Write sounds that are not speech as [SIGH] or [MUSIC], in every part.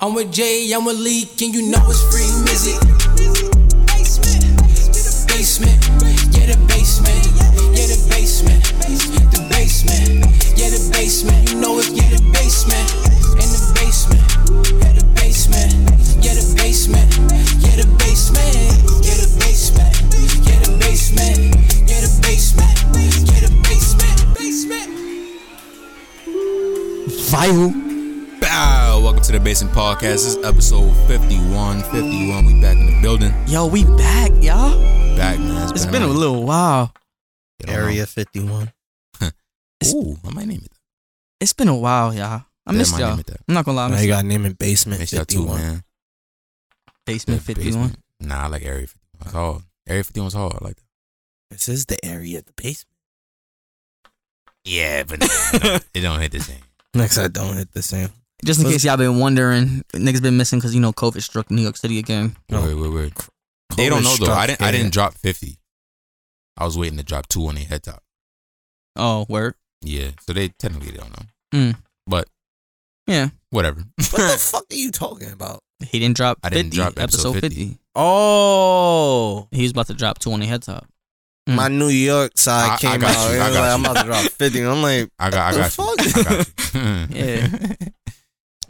I'm with Jay, I'm with Leak, and you know it's free music. Basement, yeah, the basement, yeah, the basement, the basement, yeah, the basement. You know it's yeah, the basement, in the basement, yeah, the basement, yeah, the basement, yeah, the basement, yeah, the basement, yeah, the basement, yeah, the basement, yeah, the basement, basement. Viral. Bow. Welcome to the Basement Podcast. This is episode 51. 51. We back in the building. Yo, we back, y'all. Back, man. It's been a little while. Area 51. Ooh, I might name it. It's been a while, y'all. I Yeah, missed my y'all. name I'm it that. not gonna lie, I Now missed you got name in basement Missed y'all too, 51. man. basement Yeah, 51. basement. Nah, I like Area 51. It's hard. Area 51's hard. I like that. This is the area, the basement. Yeah, but [LAUGHS] no, it don't hit the same. Next, I don't hit the same. Just in Let's- case y'all been wondering, niggas been missing because you know COVID struck New York City again. No. Wait, wait, wait. They don't know though. I didn't. I didn't Drop. drop 50. I was waiting to drop two on their head top. Oh, word. Yeah, so they technically don't know. Mm. But Yeah. whatever. [LAUGHS] What the fuck are you talking about? He didn't drop. I didn't 50, drop episode 50. Oh, He was about to drop two on the head [LAUGHS] top. my New York side Hmm. I- I came got out. you, It I was got like, I'm you. about to [LAUGHS] drop 50. I'm like, I got. I got. What you. the I got you. [LAUGHS] [LAUGHS] Yeah.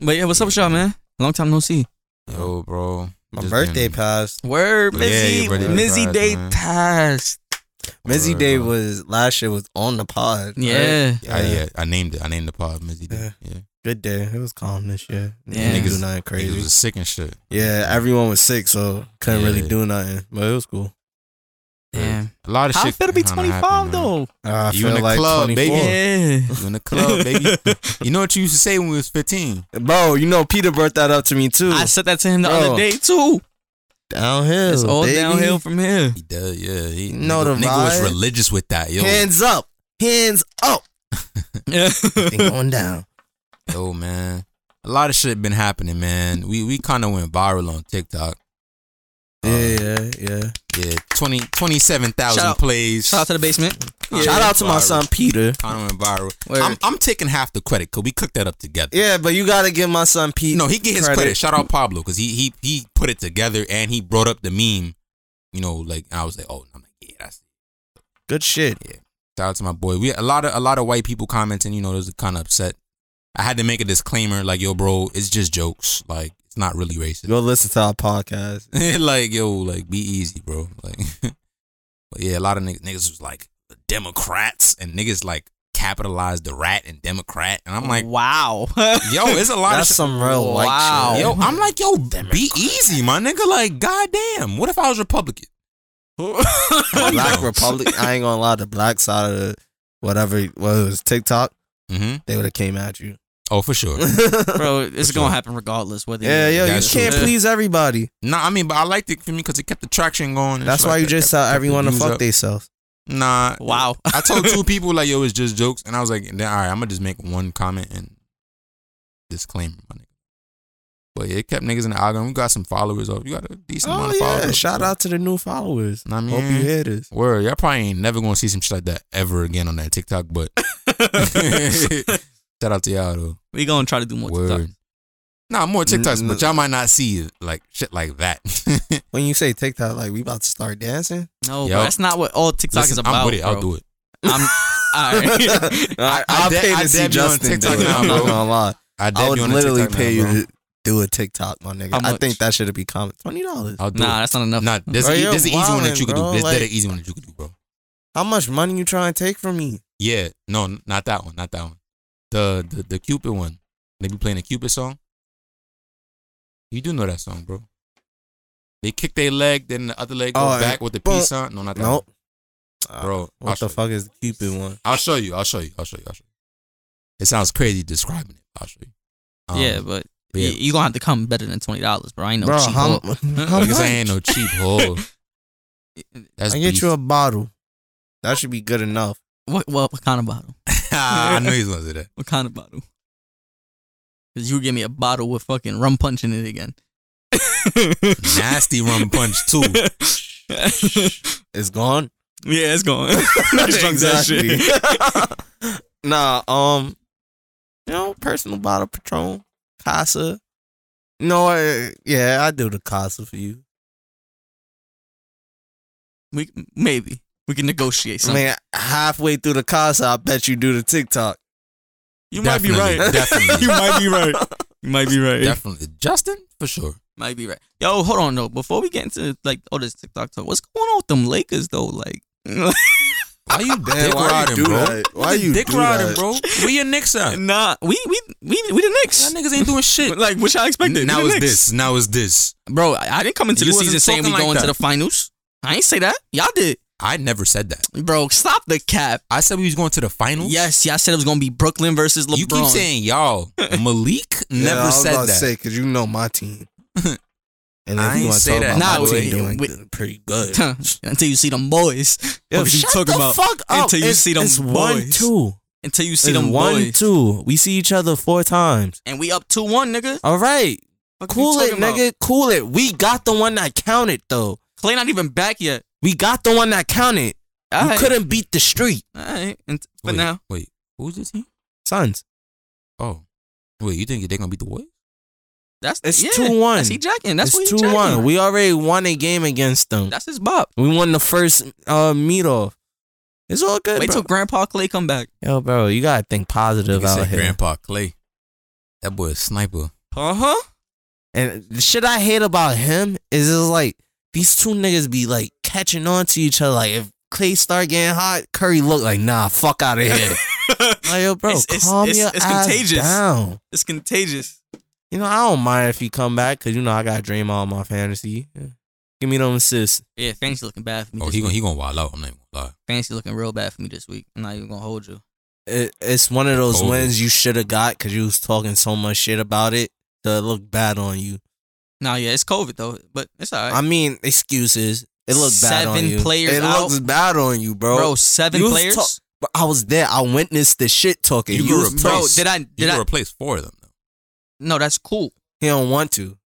but yeah, what's up, with y'all, man? Long time no see. Yo, bro. my Just birthday been- passed. Word, Yeah, Mizzy. your birthday Mizzy passed, Day man. passed. Mizzy Word, Day bro. was last year was on the pod. right? Yeah. I, yeah, I named it. I named the pod Mizzy Day. Yeah. good day. It was calm this year. Yeah. Didn't do Niggas- nothing Niggas crazy. was sick and shit. Yeah, everyone was sick, so couldn't Yeah. really do nothing. But it was cool. Damn. A lot of How I shit. feel to be kinda 25 happened, man. though. Uh, I You in feel the like club, baby. 24. Yeah. You in the club, [LAUGHS] [LAUGHS] baby. you know what you used to say when we was 15? Bro, you know Peter brought that up to me too. I said that to him the Bro. other day too. downhill. It's all baby. downhill from [LAUGHS] here. He does, yeah. He, You know nigga, the nigga was vibe. religious with that, yo. Hands up. Hands [LAUGHS] up. Ain't going down. Yo, man. A lot of shit been happening, man. We we kind of went viral on TikTok. Uh, Yeah, yeah, yeah. Yeah, 20, 27,000 Shout out- plays. Shout out to the basement. Yeah. Shout out to my son Peter. Kind of went viral. Word. I'm, I'm taking half the credit because we cooked that up together. Yeah, but you gotta give my son Peter. No, he get his credit. Shout out Pablo because he he he put it together and he brought up the meme. You know, like I was like, oh, I'm like, yeah, that's Good shit. shout out to my boy. We a lot of a lot of white people commenting. You know, those kind of upset. I had to make a disclaimer, like, yo, bro, it's just jokes. Like, it's not really racist. Go listen to our podcast. [LAUGHS] like, yo, like, be easy, bro. Like, [LAUGHS] but yeah, a lot of niggas, niggas was like Democrats and niggas like capitalized the rat and Democrat, and I'm like, wow. [LAUGHS] yo, it's a lot of That's shit. some real Wow. white shit. Yo, [LAUGHS] I'm like, yo, be easy, my nigga. Like, goddamn, what if I was Republican? Black Republic. I ain't gonna lie, the black side of the whatever whether it was TikTok, hmm they would have came at you. [LAUGHS] Oh, for sure. Bro, it's For gonna sure. happen regardless. Whether yeah, yo, you That's true. can't please everybody. Nah, I mean, but I liked it for me because it kept the traction going. and That's shit why like you that. just Kept- tell kept the everyone to views fuck up. themselves. Nah, Wow. [LAUGHS] I told two people like, yo, it's just jokes, and I was like, then all right, I'm gonna just make one comment and disclaimer, my nigga. But yeah, it kept niggas in the algorithm. We got some followers up. You got a decent amount Oh of followers. yeah, shout out to the new followers. Know what I mean, Hope you hear this. Word, y'all probably ain't never gonna see some shit like that ever again on that TikTok. [LAUGHS] But shout out to y'all though. we gonna try to do more Word. TikTok. Nah, more TikToks, N- but y'all might not see like shit like that. [LAUGHS] When you say TikTok, like we about to start dancing. No, Yo. bro, that's not what all TikTok is Listen, about. I'm with it. I'll bro. do it. I'm all right. [LAUGHS] I, I I'll dab- pay I to see dab you on Justin TikTok do it. now, I'm not bro. gonna lie. I, dab I would you on the literally TikTok pay now, bro. you to do a TikTok, my nigga. How I much? think that should be common. Twenty dollars. I'll [LAUGHS] do nah, it. that's not enough. Nah, there's, Bro, a, you're there's an easy one that you could do. wildin', There's bro, dead an like- easy one that you could do, bro. How much money you trying to take from me? Yeah, no, n- not that one, not that one. The the, the Cupid one. They be playing a Cupid song. You do know that song, bro. They kick their leg, then the other leg go Oh, back with the boom. peace sign. No, not that Nope. one, bro. I'll Ah, What show the you. fuck is the Cupid one? I'll show you. I'll show you. I'll show you. I'll show you. It sounds crazy describing it. I'll show you. Um, yeah, but yeah. you you gonna have to come better than twenty dollars, bro. I ain't no Bro, cheap. how, hoe. [LAUGHS] how because I much? ain't no [LAUGHS] cheap hole. That's I get beef. you a bottle. That should be good enough. What, what what kind of bottle? [LAUGHS] I knew he was gonna say that. What kind of bottle? Cause you give me a bottle with fucking rum punch in it again. [LAUGHS] Nasty rum punch too. It's gone. yeah, it's going. drunk that shit. [LAUGHS] Exactly. nah, um, you know, personal bottle Patron, Casa, No, I, yeah, I do the casa for you. [LAUGHS] We maybe we can negotiate I something. mean, halfway through the casa, I bet you do the TikTok. you might be Definitely, right. [LAUGHS] Definitely. you might be right. You might be right. definitely. Justin, [LAUGHS] for sure. [LAUGHS] might be right. Yo, hold on though. Before we get into like all this TikTok talk, what's going on with them Lakers though? Like, [LAUGHS] Why you dick why you do riding, bro? that? Why you dick do riding, that? bro? We your [LAUGHS] Knicks out. Y'all nah, we we we we the Knicks. niggas ain't doing shit. Like, which I expected. now we the it's Knicks. this. Now it's this. bro. I, I didn't come into You the wasn't season saying we talking like going to that. the finals. I ain't say that. Y'all did, I never said that. bro. Stop the cap. I said we was going to the finals. Yes, y'all said it was gonna be Brooklyn versus LeBron. You keep saying y'all. Malik [LAUGHS] Yeah, never I was said about to that. say because you know my team. And I ain't wanna say my that. Nah, team wait, doing wait. good, pretty good. until you see them boys. Yo, What you shut talking the about? fuck up. Until you It's- see them it's one boys. two. Until you see It's them one boys. two. We see each other four times. And we up two one, nigga. All right, Fuck you cool it, talking about? nigga. Cool it. We got the one that counted though. Clay not even back yet. We got the one that counted. All You right. couldn't beat the street, All right. And, but Wait, now, wait, who's this team? sons. Oh, wait, you think they're gonna beat the Warriors? that's It's yeah, 2-1. That's he jacking. That's what it's he two one. jacking. We already won a game against them. That's his bop. We won the first uh meet off. It's all good, Wait bro. till Grandpa Clay come back. Yo, bro, you gotta think positive Nigga said out here. Grandpa Clay. That boy a sniper. Uh [LAUGHS] huh. And the shit I hate about him is it's like these two niggas be like catching on to each other. Like if Clay start getting hot, Curry look like nah, fuck out of here. like yo, bro, It's- it's- calm it's- your it's ass contagious. down. it's contagious. You know I don't mind if he come back because you know I got Draymond on my fantasy. Yeah. Give me them assists. Yeah, fancy looking bad for me. Oh, this he week. gonna he gonna wild out. I'm not even gonna lie. Fancy looking real bad for me this week. I'm not even gonna hold you. It, it's one of those Kobe. wins you should have got because you was talking so much shit about it that it looked bad on you. Nah, yeah, it's COVID though, but it's all right. I mean excuses. It looked bad on Seven you. players it out. looks bad on you, bro. bro, seven you was players. talk- But I was there. I witnessed the shit talking. You You, were was replaced. talk- bro, did I? You Did can I? replace four of them though. No, that's cool. He don't want to.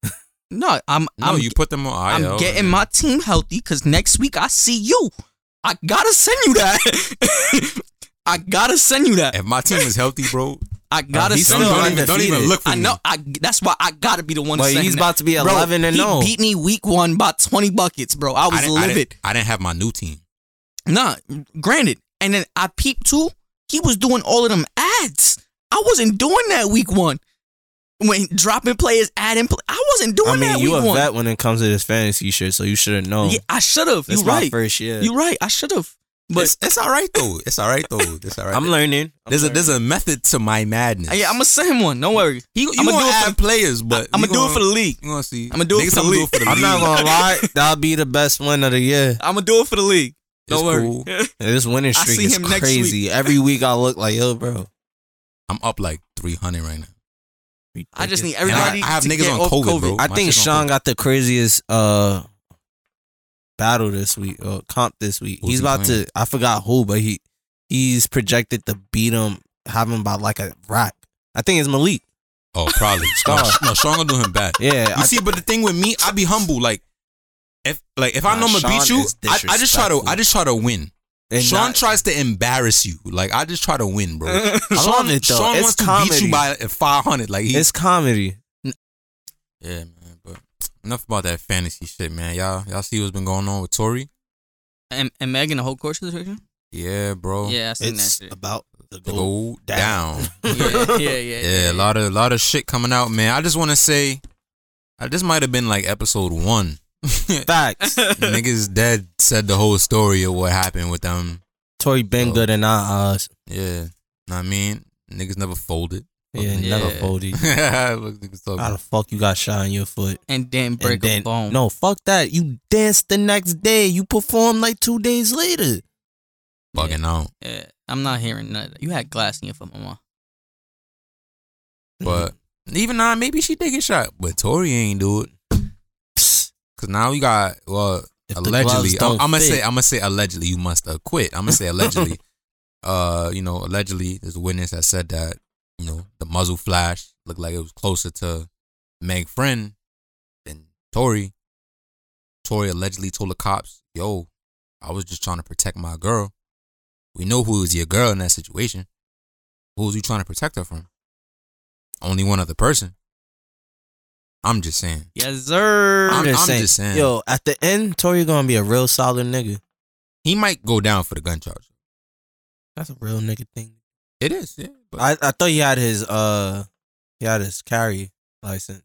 No, I'm. No, I'm you put them on IL. I'm getting my team healthy because next week I see you. I gotta send you that. [LAUGHS] I gotta send you that. If my team is healthy, [LAUGHS] bro, I gotta he's send don't, still you don't that. even, don't undefeated. even look for I me. know. I that's why I gotta be the one. But sending he's that. about to be Bro, 11 and he oh. 0. beat me week one by twenty buckets, bro. I was I didn't, I, livid. didn't, I didn't have my new team. Nah, granted. And then I peeped too. He was doing all of them ads. I wasn't doing that week one. When dropping players, adding, play, I wasn't doing I mean, that you a week one. vet when it comes to this fantasy shit, so you should have known. Yeah, I should have. it's You're my right. first year. You're right. I should have. But it's, it's all right though. It's all right though. It's all right. I'm learning. I'm there's a learning. there's a method to my madness. Yeah, I'm gonna send him one. Don't worry. He, you I'ma gonna do it for add players, but I'm gonna do it for the league. You gonna see? I'ma do it Niggas, for the I'ma do league. for the I'm not league. gonna lie. [LAUGHS] That'll be the best win of the year. I'm gonna do it for the league. It's Don't worry. cool. [LAUGHS] This winning I streak see is him next crazy. Every week I look like yo, bro. I'm up like 300 right now. I just need And I- everybody. I, have to niggas get on off COVID, bro. I My think shit's on Sean COVID. got the craziest uh battle this week or comp this week. Who's he's he about playing? to I forgot who, but he he's projected to beat him have him by like a rock. I think it's Malik. Oh, probably. no, Star. no, [LAUGHS] Sean gonna do him bad. Yeah. You I, see, but the thing with me, I be humble. Like if like if I Nah, know I'm gonna Sean beat you, is I, I just try to disrespectful. I just try to win. and Sean not- [LAUGHS] tries to embarrass you. Like I just try to win, bro. [LAUGHS] Sean, love it, though. Sean It's wants to beat comedy. you by 500. Like he, it's comedy. yeah, man. But enough about that fantasy shit, man. Y'all y'all see what's been going on with Tori? And, and Megan, the whole court situation. Yeah, bro. Yeah, I seen It's that shit. about the Go, goal. down. down. Yeah, yeah, yeah. [LAUGHS] yeah, a lot of lot of shit coming out, man. I just want to say, uh, this might have been like episode one. Facts. Niggas dead said the whole story of what happened with them. Tory been Oh. good and not us. Yeah, know what I mean, niggas never folded. [LAUGHS] Yeah, Fuck never Yeah. folded. Look, niggas talk How the about- fuck you got shot in your foot? and then And break a bone. No, fuck that. You danced the next day. You performed like two days later. bugging out. yeah, Eh, I'm not hearing none of that. You had glass in your foot, mama. [LAUGHS] Mm-hmm. But even now, maybe she take a shot, but Tori ain't do it. Cause now we got well, If the gloves allegedly. I'm, don't gonna say fit. I'm gonna say allegedly. You must have quit. I'm gonna say [LAUGHS] allegedly. uh, you know, allegedly, there's a witness that said that you know the muzzle flash looked like it was closer to Meg Friend than Tori. Tori allegedly told the cops, "Yo, I was just trying to protect my girl. We know who was your girl in that situation. Who was you trying to protect her from? Only one other person." I'm just saying. Yes, sir. I'm- I'm just saying. Yo, at the end, Tory gonna be a real solid nigga. He might go down for the gun charge. That's a real nigga thing. It is, yeah. But I, I thought he had his uh, he had his carry license.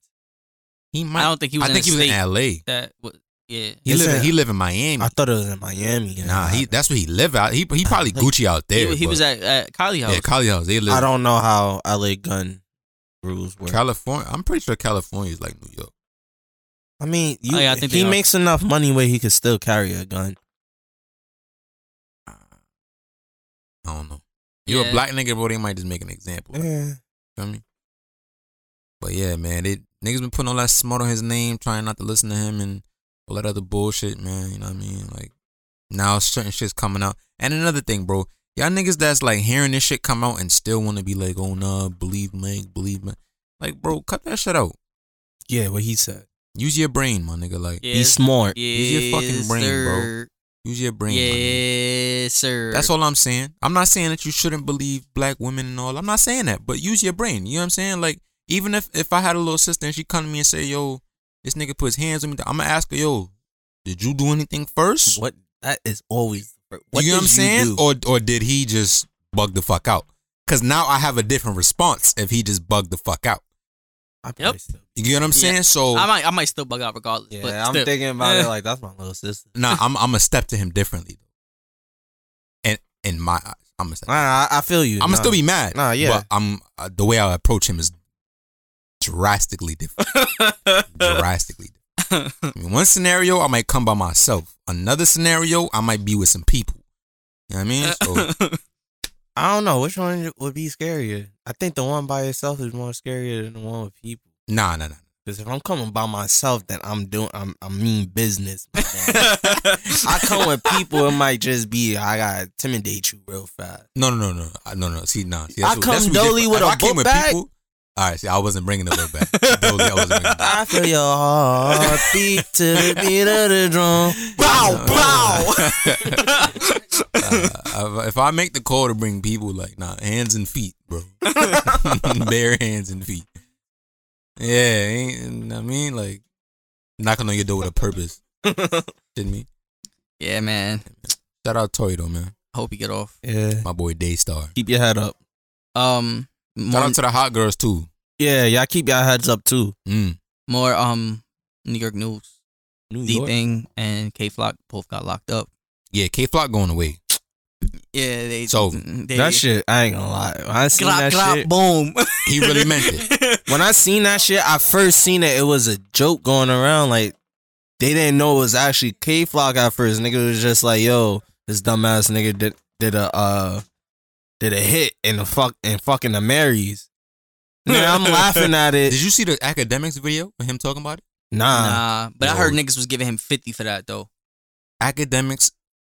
he I might. don't think he was. I, in think a he was in state L.A. That was, yeah. He It's live. in- he live in Miami. I thought it was in Miami. nah, he. That's where he live out. He he probably think- Gucci out there. he, he but- was at, at Kylie House. Yeah, Cali House. They live. I don't know how LA gun rules work. California. I'm pretty sure California is like New York. I mean, you, Oh, yeah, I think he they are. makes enough money where he could still carry a gun. I don't know. You're Yeah. a black nigga, bro. They might just make an example. Like, Yeah. feel me? But yeah, man, they niggas been putting all that smut on his name, trying not to listen to him and all that other bullshit, man. You know what I mean? Like now certain shit's coming out. And another thing, bro, y'all niggas that's like hearing this shit come out and still want to be like, oh nah, believe Meg, believe me. Like, bro, cut that shit out. Yeah, what he said. Use your brain, my nigga. Like, yeah. He's smart. Use your fucking brain, bro. use your brain. my nigga. Yes, sir. That's all I'm saying. I'm not saying that you shouldn't believe black women and all. I'm not saying that, but use your brain. You know what I'm saying? Like, even if if I had a little sister and she come to me and say, "Yo, this nigga put his hands on me," I'm gonna ask her, "Yo, did you do anything first? What that is always. What you know what I'm did saying? do? Or or did he just bug the fuck out? Because now I have a different response if he just bugged the fuck out. I probably Yep. still- You get what I'm Yeah. saying? So I might, I might still bug out regardless. Yeah, but I'm still. thinking about it like that's my little sister. nah, I'm I'm gonna step to him differently. And in my eyes, I'm gonna step. Nah, I, I feel you. I'm gonna nah. still be mad. Nah, yeah. But I'm uh, the way I approach him is drastically different. drastically. Different. I mean, one scenario I might come by myself. Another scenario I might be with some people. You know what I mean? So, I don't know which one would be scarier. I think the one by yourself is more scarier than the one with people. nah, nah, nah. Because if I'm coming by myself, then I'm doing I'm I mean business. my man. [LAUGHS] I come with people, it might just be I gotta intimidate you real fast. No, no, no, no, Uh, no, no. See, nah. See, I come Dolly with a a book bag? all right, see, I wasn't bringing the book back. Dolly, I wasn't bringing [LAUGHS] it back. I feel your heartbeat to the beat of the drum. Bow, [LAUGHS] bow. Uh, if I make the call to bring people, like, nah, hands and feet, bro. [LAUGHS] Bare hands and feet. Yeah, ain't, I mean, like, knocking on your door with a purpose. Didn't me? [LAUGHS] yeah, man. Shout out Toy, though, man. Hope you get off. Yeah, My boy Daystar. keep your head up. Um, Shout more, out to the hot girls, too. Yeah, y'all keep your heads up too. Mm. more um, New York news. New D thing and K Flock both got locked up. Yeah, K Flock going away. Yeah, they. It's over. they That shit, I ain't gonna lie. When I seen Glop, that glop, shit, [LAUGHS] boom. He really meant it. [LAUGHS] when I seen that shit, I first seen it. It was a joke going around. Like they didn't know it was actually K Flock at first. Nigga was just like, "Yo, this dumbass nigga did did a uh did a hit in the fuck in fucking the Marys." Nigga, [LAUGHS] I'm laughing at it. Did you see the academics video with him talking about it? nah, Nah, but I Yo. heard niggas was giving him fifty for that [LAUGHS] though. Academics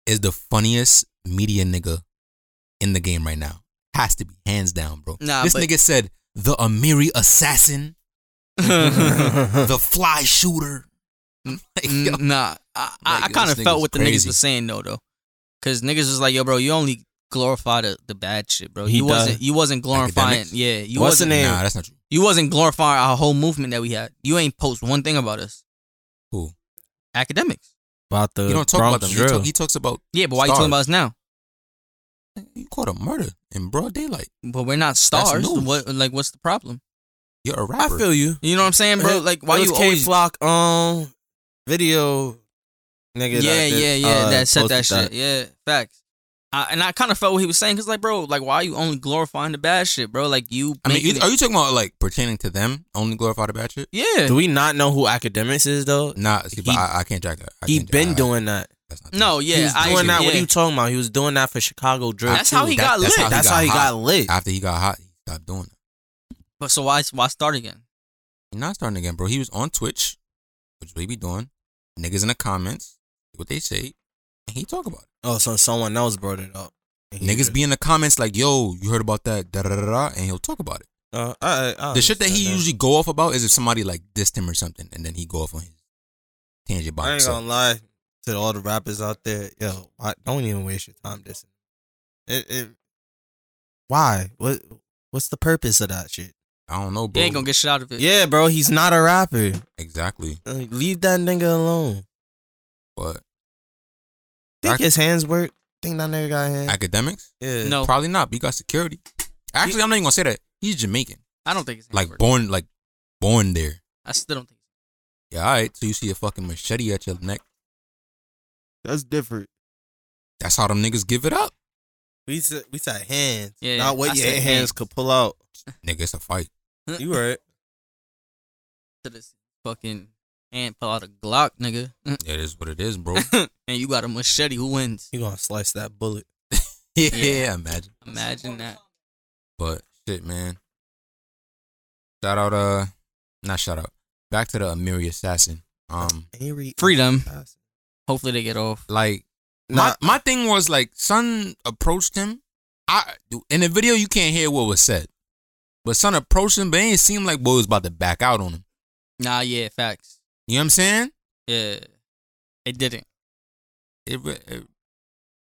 is the funniest media nigga in the game right now. Has to be, hands down, bro. Nah, this but- nigga said the Amiri assassin, [LAUGHS] the fly shooter. [LAUGHS] Like, yo, Mm, nah, I, I, Like, I kind this of nigga's felt what the niggas crazy. was saying though, though, because niggas was like, "Yo, bro, you only glorify the, the bad shit, bro. He you wasn't does. you wasn't glorifying, Academics? yeah, you What's the wasn't name? Nah, that's not true. you wasn't glorifying our whole movement that we had. You ain't post one thing about us, Who? academics. about the You don't talk Bronx about them. He, drill. talk- he talks about Yeah, but why you Stars. talking about us now? you caught a murder in broad daylight. But we're not stars. news. What like what's the problem? You're a rapper. I feel you. You know what I'm saying, bro? Like why It you was K always? Flock um video nigga? that yeah, did, yeah, yeah. uh, that said that shit. posted Yeah, facts. I, and I kind of felt what he was saying because, like, bro, like, why you only glorifying the bad shit, bro? Like, you. I mean, making you, it- are you talking about like pertaining to them? Only glorify the bad shit? yeah. Do we not know who academics is though? Nah, see, but He- I, I can't track that. I He can't track- I- been doing that. that's not true. No, yeah, he was I doing that. What are yeah. you talking about? He was doing that for Chicago Drill. That's how he That- got that's lit. how That's how he hot. got lit. After he got hot, he stopped doing it. But so why why start again? He's not starting again, bro. He was on Twitch, which we be doing. Niggas in the comments, what they say, and he talk about Oh, so someone else brought it up. it. Niggas be in the comments like, yo, you heard about that, da da da da, and he'll talk about it. Uh, I, I the shit that he understand usually go off about is if somebody like dissed him or something, and then he go off on his tangent by I ain't himself. gonna lie to all the rappers out there. Yo, I don't even waste your time dissing. It, it, why? What? What's the purpose of that shit? I don't know, bro. They ain't gonna get shit out of it. Yeah, bro, he's not a rapper. exactly. Like, leave that nigga alone. But Think I- his hands work? Think that nigga got hands? academics, yeah. No, probably not. But you got security. Actually, I'm not even gonna say that. He's Jamaican, I don't think it's like like. born, like born there. I still don't think. Yeah, all right. So you see a fucking machete at your neck. That's different. That's how them niggas give it up. We said we said hands. Yeah, not what I your said hands, hands. could [LAUGHS] pull out. Nigga, it's a fight. You right. to this fucking and pull out a Glock, nigga, [LAUGHS] It is what it is, bro. and you got a machete. Who wins? You gonna slice that bullet. yeah, imagine. Imagine that. But shit, man. Shout out, uh, not shout out. Back to the Amiri assassin. Um, Henry Freedom. Assassin. Hopefully they get off. like Nah, my my thing was like, son approached him. I in the video you can't hear what was said, but son approached him, but it ain't seem like boy was about to back out on him. Nah, yeah, facts. You know what I'm saying? Yeah, it didn't. It, re- it-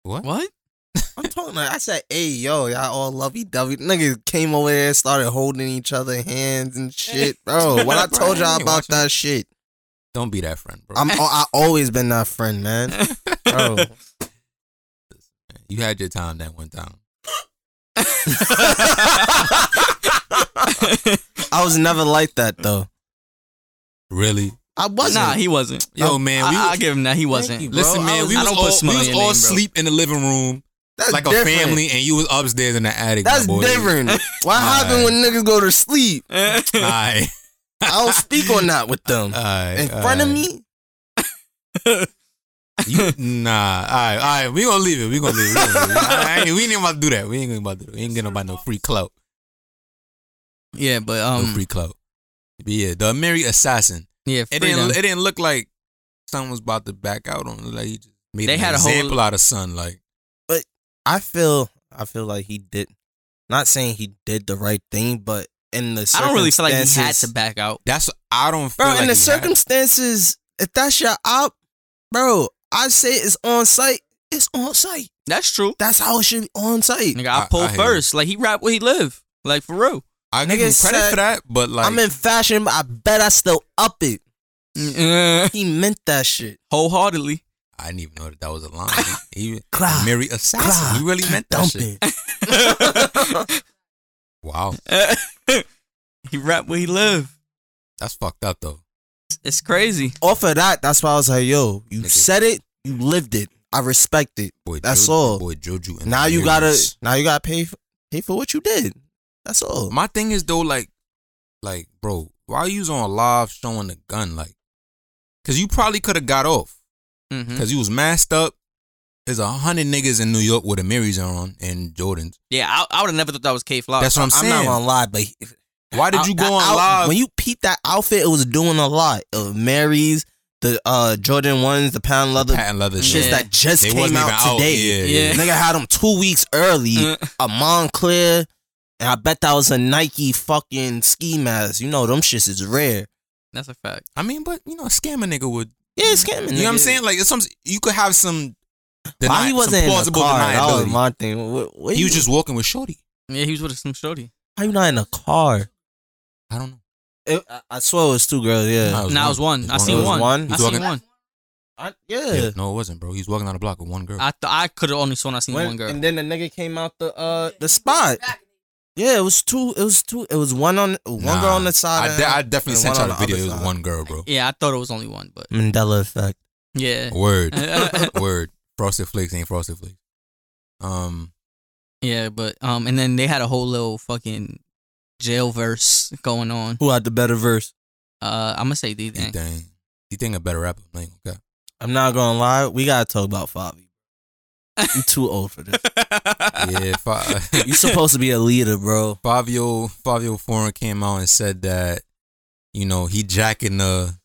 what? What? [LAUGHS] I'm talking. Like, I said, "Hey, yo, y'all all lovey dovey." Niggas came over there, started holding each other hands [LAUGHS] and shit, bro. What I told Bro, I y'all ain't about watching. that shit. Don't be that friend, bro. I'm. I always been that friend, [LAUGHS] man. Bro, you had your time that one time. I was never like that though. Really? I wasn't. Nah, he wasn't. Yo, man, we I, was- I'll give him that. He you, wasn't. bro. Listen, I man, was- we I was don't all, put smut we on was your all name, bro. sleep in the living room That's like different. a family, and you was upstairs in the attic. That's my boy. [LAUGHS] different. [LAUGHS] What Nah. happened when niggas go to sleep? All right. I [LAUGHS] don't speak on that with them. All right, In all front of right. me, You- nah. All right, all right. We gonna leave it. We gonna leave it. We, gonna leave it. I ain't- we ain't even about to do that. We ain't gonna about to do that. We ain't getting about no free clout. [LAUGHS] yeah, but No um, free clout. But yeah, the Mary assassin. yeah, It freedom. didn't. It didn't look like son was about to back out on. it. Like he just made They an had a whole- example out of son. Like I feel. I feel like he did. Not saying he did the right thing, but in the I don't really feel like he had to circumstances- back out. that's. I don't feel bro. like in the he had- circumstances, if that's your op, bro, I say it's on site. It's on site. That's true. That's how it should be on site. Nigga, I- I, I pulled hear you. first. Like he rap where he live. Like for real. [LAUGHS] I give him credit Nigga said- for that, but like I'm in fashion, but I bet I still up it. He meant that shit. Wholeheartedly. [LAUGHS] I didn't even know that that was a line. [SIGHS] He, he Cry, Mary assassin. cry, He really meant that dump shit. Ah, it. Wow, he rap where he live. that's fucked up though. It's crazy. Off of that, that's why I was like, yo, you Nigga. said it, you lived it. I respect it. Boy, That's Joju, all. Boy, Joju. and Now you Mary gotta, is- now you gotta pay, f- pay for what you did. That's all. My thing is though, like, like, bro, why you was on live showing the gun? Like, cause you probably could have got off. Mm. hmm Cause you was masked up. There's a hundred niggas in New York with the Marys are on and Jordans. Yeah, I, I would have never thought that was K Flock. That's what I'm Uh, I'm not saying. gonna lie, but he- why did you go that on out- live? When you peeped that outfit, it was doing a lot of Marys, the uh Jordan ones, the pound leather patent leather shits shit. Yeah. that just They came wasn't out even out. today. Yeah, Yeah. Nigga had them two weeks early. Uh. a Montclair, and I bet that was a Nike fucking ski mask. You know them shits is rare. That's a fact. I mean, but you know, a scammer nigga would. Yeah, it's scamming. You know what I'm nigga. saying? Like, it's some you could have some. Why deni- he some wasn't in the plausible car? That was deniability. my thing. What, what He you, was just walking with Shorty. Yeah, he was with some shorty. why you not in the car? I don't know. It- I, I swear it was two girls. Yeah, No, it was Nah, it was one. I It seen was one. one? I He's seen walking- one. I- yeah. Yeah, no, it wasn't, bro. He's walking down the block with one girl. I th- I could have only seen I seen When- one girl. And then the nigga came out the uh the spot. Yeah, it was two. It was two. It was one on one Nah. girl on the side. I, and- de- I definitely and sent one y'all on the the video. It other was side. one girl, bro. yeah, I thought it was only one, but Mandela effect. yeah, Word, [LAUGHS] word. Frosted Flakes ain't Frosted Flakes. Um, yeah, but um, and then they had a whole little fucking jail verse going on. Who had the better verse? Uh, I'm gonna say D he thing. think he think a better rapper. I ain't [LAUGHS] gonna cap. I'm not gonna lie. We gotta talk about Fabi. You [LAUGHS] too old for this. Yeah, Fa- [LAUGHS] You supposed to be a leader, bro. Fabio Fabio Foreign came out and said that you know he jacking the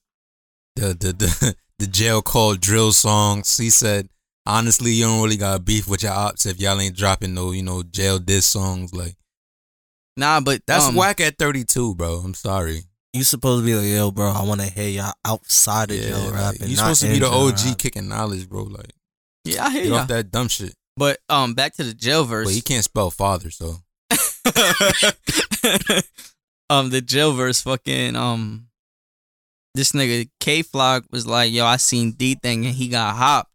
the the the, [LAUGHS] the jail call drill songs. He said honestly, you don't really got beef with your ops if y'all ain't dropping no you know jail diss songs. Like [LAUGHS] Nah, but that's um, whack at 32, bro. I'm sorry. You supposed to be like, yo, bro. I want to hear y'all outside of Yeah, jail like, rapping. not you supposed to be in the jail OG rapping. kicking knowledge, bro. Like Yeah, I hear get you. off that dumb shit. But um, back to the jail But [LAUGHS] verse. he can't spell father, so um the jail verse fucking um this nigga K Flock was like, yo, I seen D thing and he got hopped.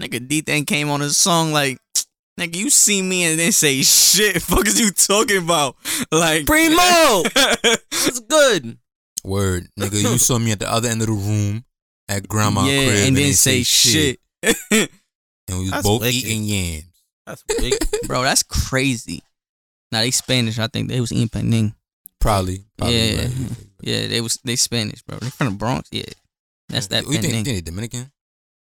Nigga D thing came on his song like Nigga, you see me and then say shit. [LAUGHS] Fuck is you talking about? Like, [LAUGHS] Primo, [LAUGHS] it's good. Word, nigga, you saw me at the other end of the room at grandma yeah, crib, and then ain't say shit, and we was That's both wicked. eating yams. That's big. bro. That's crazy. Now they Spanish. I think they was in Penang. Probably, probably Yeah. right. [LAUGHS] Yeah, they was they Spanish, bro. They from the Bronx. Yeah, that's that We think, Penang. think they Dominican.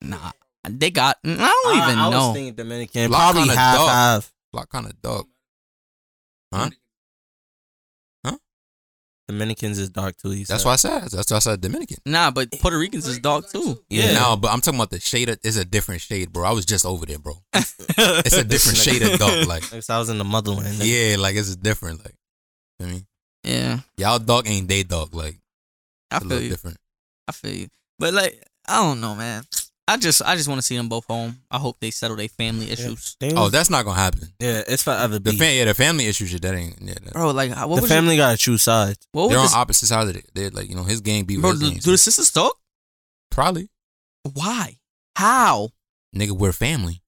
Nah, they got. I don't even I, I know. was thinking Dominican, Lock probably on a half dog. half Like kind of dog. Dominicans is dark too. he That's said. why I said. That's why I said Dominican. nah, but Puerto Ricans is dog too. Yeah. No, but I'm talking about the shade. Of, it's a different shade, bro. I was just over [LAUGHS] there, bro. [LAUGHS] It's a different shade of dog. Like, Like, so I was in the motherland. yeah, like it's different. Like, you know what I mean, yeah, y'all dog ain't they dog. Like, I it's feel a little you. different. I feel you. But like, I don't know, man. I just I just want to see them both home. I hope they settle their family issues, They Oh, was- that's not gonna happen. yeah, it's forever. The beef. fam- yeah, the family issue shit. That ain't. Yeah, that- bro. Like, how- what the was family got to choose sides. Your, what they're on was opposite sides of it. They're like, you know, his game be this, [LAUGHS] bro? with his Do, game, do the so sisters talk? probably, Why? How, nigga. We're family.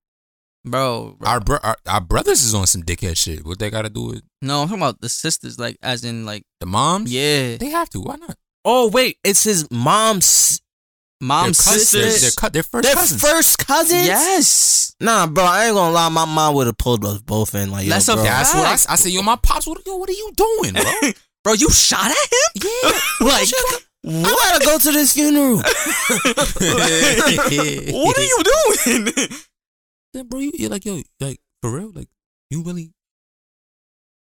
bro? bro. Our, bro- our our brothers is on some dickhead shit. What they got to do with no, I'm talking about the sisters, like as in like the moms? yeah, they have to. Why not? Oh wait, it's his mom's. mom, They're cousins. They're- sisters. They're, cut. They're first Their cousins. first cousins. yes, Nah, bro, I ain't gonna lie. My mom would have pulled us both in. Like, yo, That's a bro. fact. That's what I, s- I said. Yo, my pops. What, yo, what are you [LAUGHS] doing, bro? bro. You shot at him? yeah. [LAUGHS] Like, I gotta go to this [LAUGHS] [LAUGHS] funeral. what are you doing? Yeah, bro, you, you're like, yo, like for real, like you really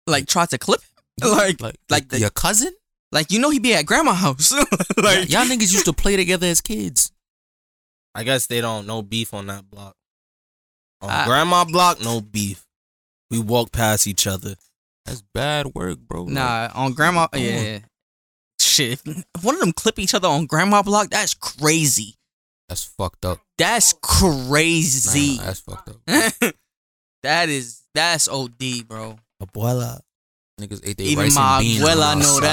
like, try to clip him? Like, like, like the- your cousin? like you know he be at grandma's house. [LAUGHS] like, y'all niggas used to play together as kids. I guess they don't no beef on that block. On I- grandma block, no beef. We walk past each other. That's bad work, bro. Like, Nah, on grandma. Come yeah, on. yeah. Shit. if One of them clip each other on grandma block. That's crazy. that's fucked up. That's crazy. Nah, that's fucked up. that is that's OD, bro. [LAUGHS] Abuela, Niggas ate their Even rice my and beans. abuela on the know outside,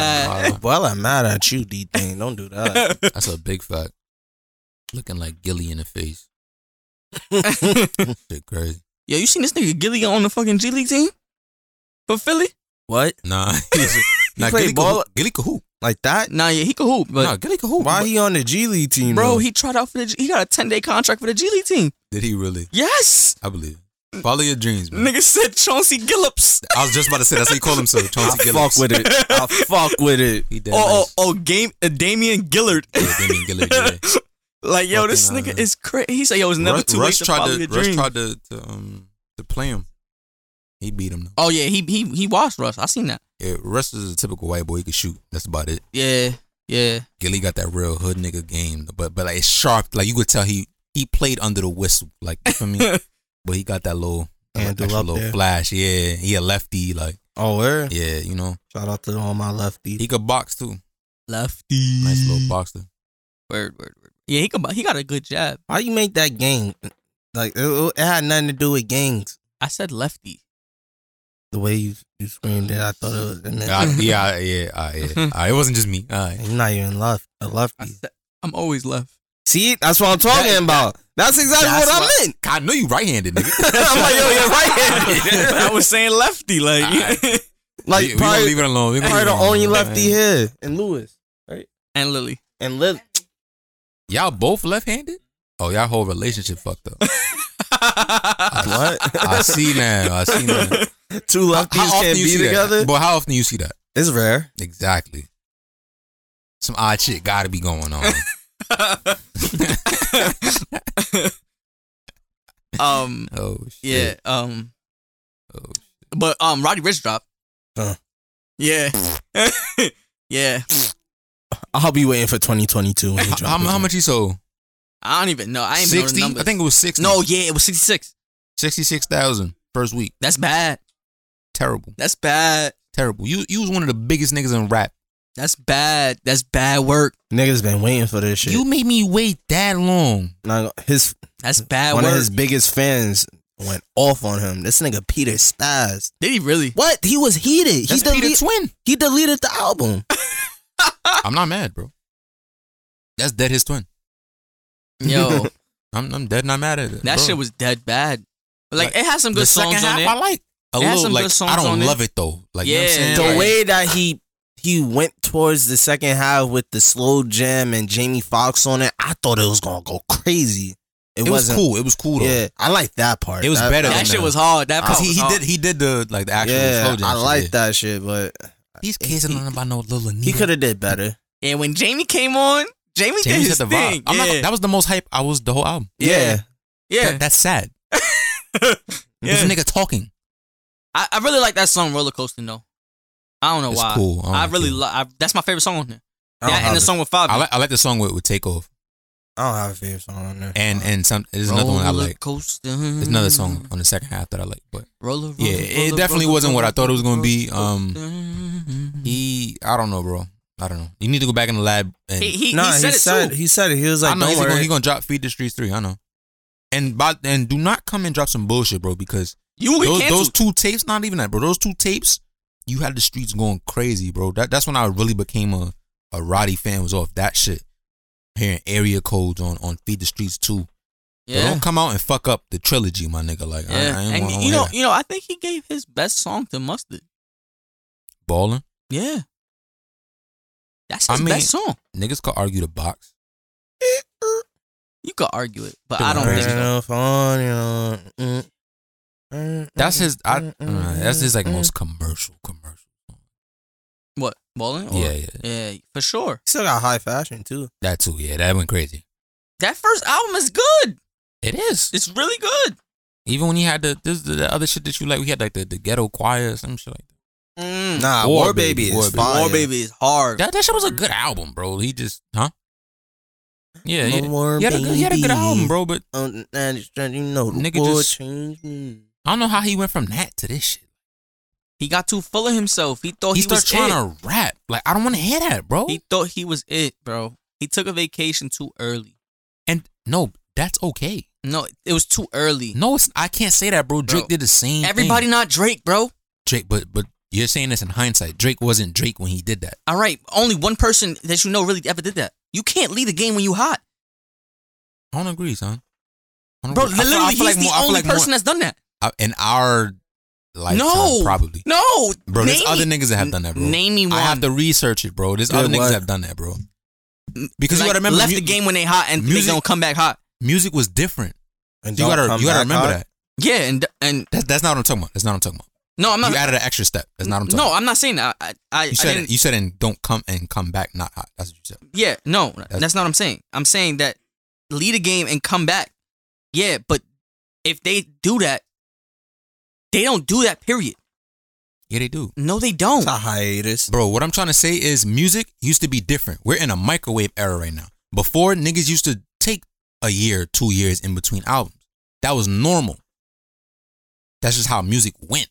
that. bro. abuela, mad at you, D thing. Don't [LAUGHS] do that. That's a big fact. Looking like Gilly in the face. Shit crazy. Yo, you seen this nigga Gilly on the fucking G League team for Philly? what? Nah, [LAUGHS] he's- nah, played Gilly ball- Cahoot. Gilly Cahoot. Like that? Nah, yeah, he could hoop, but nah, Gilly Cahoot. Why he on the G League team, bro, though? he tried out for the. G- He got a ten day contract for the G League team. did he really? Yes, I believe. it. Follow your dreams, man. nigga said Chauncey Gillips. I was just about to say that's how you call himself, I Chauncey fuck Gillips. with it. I fuck with it. He dead Oh, oh, nice. oh, game, uh, Damian Gillard. Yeah, Damian [LAUGHS] Gillard, yeah. like, yo, this Fucking, nigga uh, is crazy. He said, yo, it's never Russ, too Russ late to tried follow to, your Russ dream. tried to, to um to play him. He beat him. Oh yeah, he he he watched Russ. I seen that. Yeah, Russ is a typical white boy. He can shoot. That's about it. Yeah, yeah. Gilly got that real hood nigga game, but but like it's sharp. Like you could tell he he played under the whistle. Like [LAUGHS] you feel me? but he got that little that Handle extra up little there. flash. Yeah, he a lefty. Like Oh, where? yeah, you know Shout out to all my lefties. he could box too. Lefty. Nice little boxer. Word, word, word. Yeah, he got he got a good jab. Why you make that game? Like it, it had nothing to do with gangs. I said lefty. The way you you screamed it, I thought it was. And then, Yeah, I- yeah, I- yeah, I- [LAUGHS] yeah. All right, it wasn't just me. All right. [LAUGHS] you're not even left. A I lefty. said, I'm always [LAUGHS] left. See, that's what I'm talking That- about. That's exactly that's what, what- I meant. I know you right [LAUGHS] handed, nigga. I'm like, yo, you're But [LAUGHS] [LAUGHS] I right was saying lefty, like Like we, we gonna probably, leave it alone. We gonna probably leave the it alone, only man. lefty here and Lewis [LAUGHS] and Lily. [LAUGHS] and Lil. [LAUGHS] Y'all both left handed? Oh, y'all whole relationship fucked up. What? [LAUGHS] [LAUGHS] I see now. I see now. Two lefties can't be see together. that? But how often you see that? It's rare. Exactly. Some odd shit gotta be [LAUGHS] going on. um, oh yeah, shit. um, Oh, shit. but um, Roddy Rich drop. Huh. Yeah, [LAUGHS] yeah. I'll be waiting for 2022 when he How, drops. how much you sold? I don't even know. I ain't even know the Sixty? numbers. I think it was sixty. no, yeah, it was sixty six. sixty-six thousand first week. That's bad. Terrible. That's bad. Terrible. You you was one of the biggest niggas in rap. That's bad. That's bad work. Niggas been waiting for this shit. You made me wait that long. Nah, his That's bad one work. of his biggest fans went off on him. This nigga Peter Stiles. Did he really? What? He was heated. That's he, Peter delete- Twin. he deleted the album. I'm not mad, bro. That's dead his twin. Yo, [LAUGHS] I'm, I'm dead not mad at it. that bro. shit was dead bad. But, Like, Like, it has some good the second songs half on it. I like. A It has little some good like I songs don't on it. love it though. Like you know what I'm Yeah, saying? the like- way that he he went towards the second half with the slow jam and Jamie Foxx on it, I thought it was gonna go crazy. It, it, was wasn't. cool. It was cool though. Yeah, I like that part. It was That- better that That than shit- shit that. was hard. That part Cause he, was he hard. did he did the like the actual Yeah, slow jam. I shit, like yeah. Mm-hmm. that shit, but These kids don't know about no little Anita. he could have did better. And when Jamie came on, Jamie Jamie did said his the thing. vibe. I'm yeah. not, that was the most hype I was the whole album. Yeah. yeah. That- that's sad. This Yeah. nigga talking. I, I really like that song Roller Coaster though. I don't know It's why. cool. Oh, I don't really care. like. That's my favorite song on there. I don't That and have the a- song with Five. I like I like the song with, with Takeoff I don't have a favorite song on there. and and some. There's another one I like. Coaster. There's another song on the second half that I like, but Roller, roller, Yeah, it definitely wasn't what I thought it was gonna be. Um, he he, I don't know, bro. I don't know. You need to go back in the lab and he, he, nah, he, said it said too. he said it. He was like, I know "Don't he's worry." gonna, he gonna drop Feed the Streets three. I know. And by, and do not come and drop some bullshit, bro, because you will those, get those canceled. two tapes, not even that, bro. Those two tapes, you had the streets going crazy, bro. That that's when I really became a a Roddy fan. Was off that shit, hearing area codes on on Feed the Streets too. But yeah, don't come out and fuck up the trilogy, my nigga. Like I- yeah. I, ain't want and to you know, you know, I think he gave his best song to Mustard. balling. Yeah, that's I his mean- best song. Niggas could argue the box. You could argue it, but Don't I don't worry. think so. Enough on, you know, mm, mm, That's his. I, mm, uh, mm, that's his like mm. most commercial commercial. What bowling? Or, Yeah, yeah, yeah, for sure. Still got high fashion too. that too. Yeah, that went crazy. That first album is good. It is. It's really good. Even when he had the this the, the other shit that you like, we had like the, the ghetto choir or some shit like that. Mm. Nah, War War, Baby, Baby, War is Baby. fire. War Baby is hard. That that shit was a good album, bro. He just huh? Yeah, No yeah. more He had, a good, he had a good baby. Oh, album, bro. But On that strand, you know, the Nigga war just- changed me. I don't know how he went from that to this shit. He got too full of himself. He thought Oh, he he, started was trying it. to rap. Like I don't want to hear that, bro. He thought he was it, bro. He took a vacation too early. and no, that's okay. No, it was too early. No, it's I can't say that, bro. Drake Bro, did the same. Everybody thing. not Drake, bro. Drake, but but you're saying this in hindsight. Drake wasn't Drake when he did that. All right, only one person that you know really ever did that. You can't lead a game when you hot, I don't agree, son. I don't bro. agree. I feel- I literally, feel like he's more- I the feel only like more- person that's done that. I- in our lifetime, No. probably. No, Bro, there's name other me- niggas that have done that, bro. Name me one. I have to research it, bro. There's other Good niggas what? that have done that, bro. Because like, you gotta remember, left mu- the game when they hot and music- they gonna come back hot. Music was different. And You don't gotta, come you gotta back remember out. that. Yeah, and and That's that's not what I'm talking about. That's not what I'm talking about. no, I'm not. you added an extra step. That's not what I'm talking. no, about. I'm not saying that. I, I, you I said didn't, you said and don't come and come back not hot. That's what you said. Yeah, no, that's, not what I'm saying. I'm saying that lead a game and come back. Yeah, but if they do that, they don't do that. Period. Yeah, they do, No, they don't. It's a hiatus. bro. What I'm trying to say is, music used to be different. We're in a microwave era right now. Before niggas used to take a year, two years in between albums. That was normal. That's just how music went.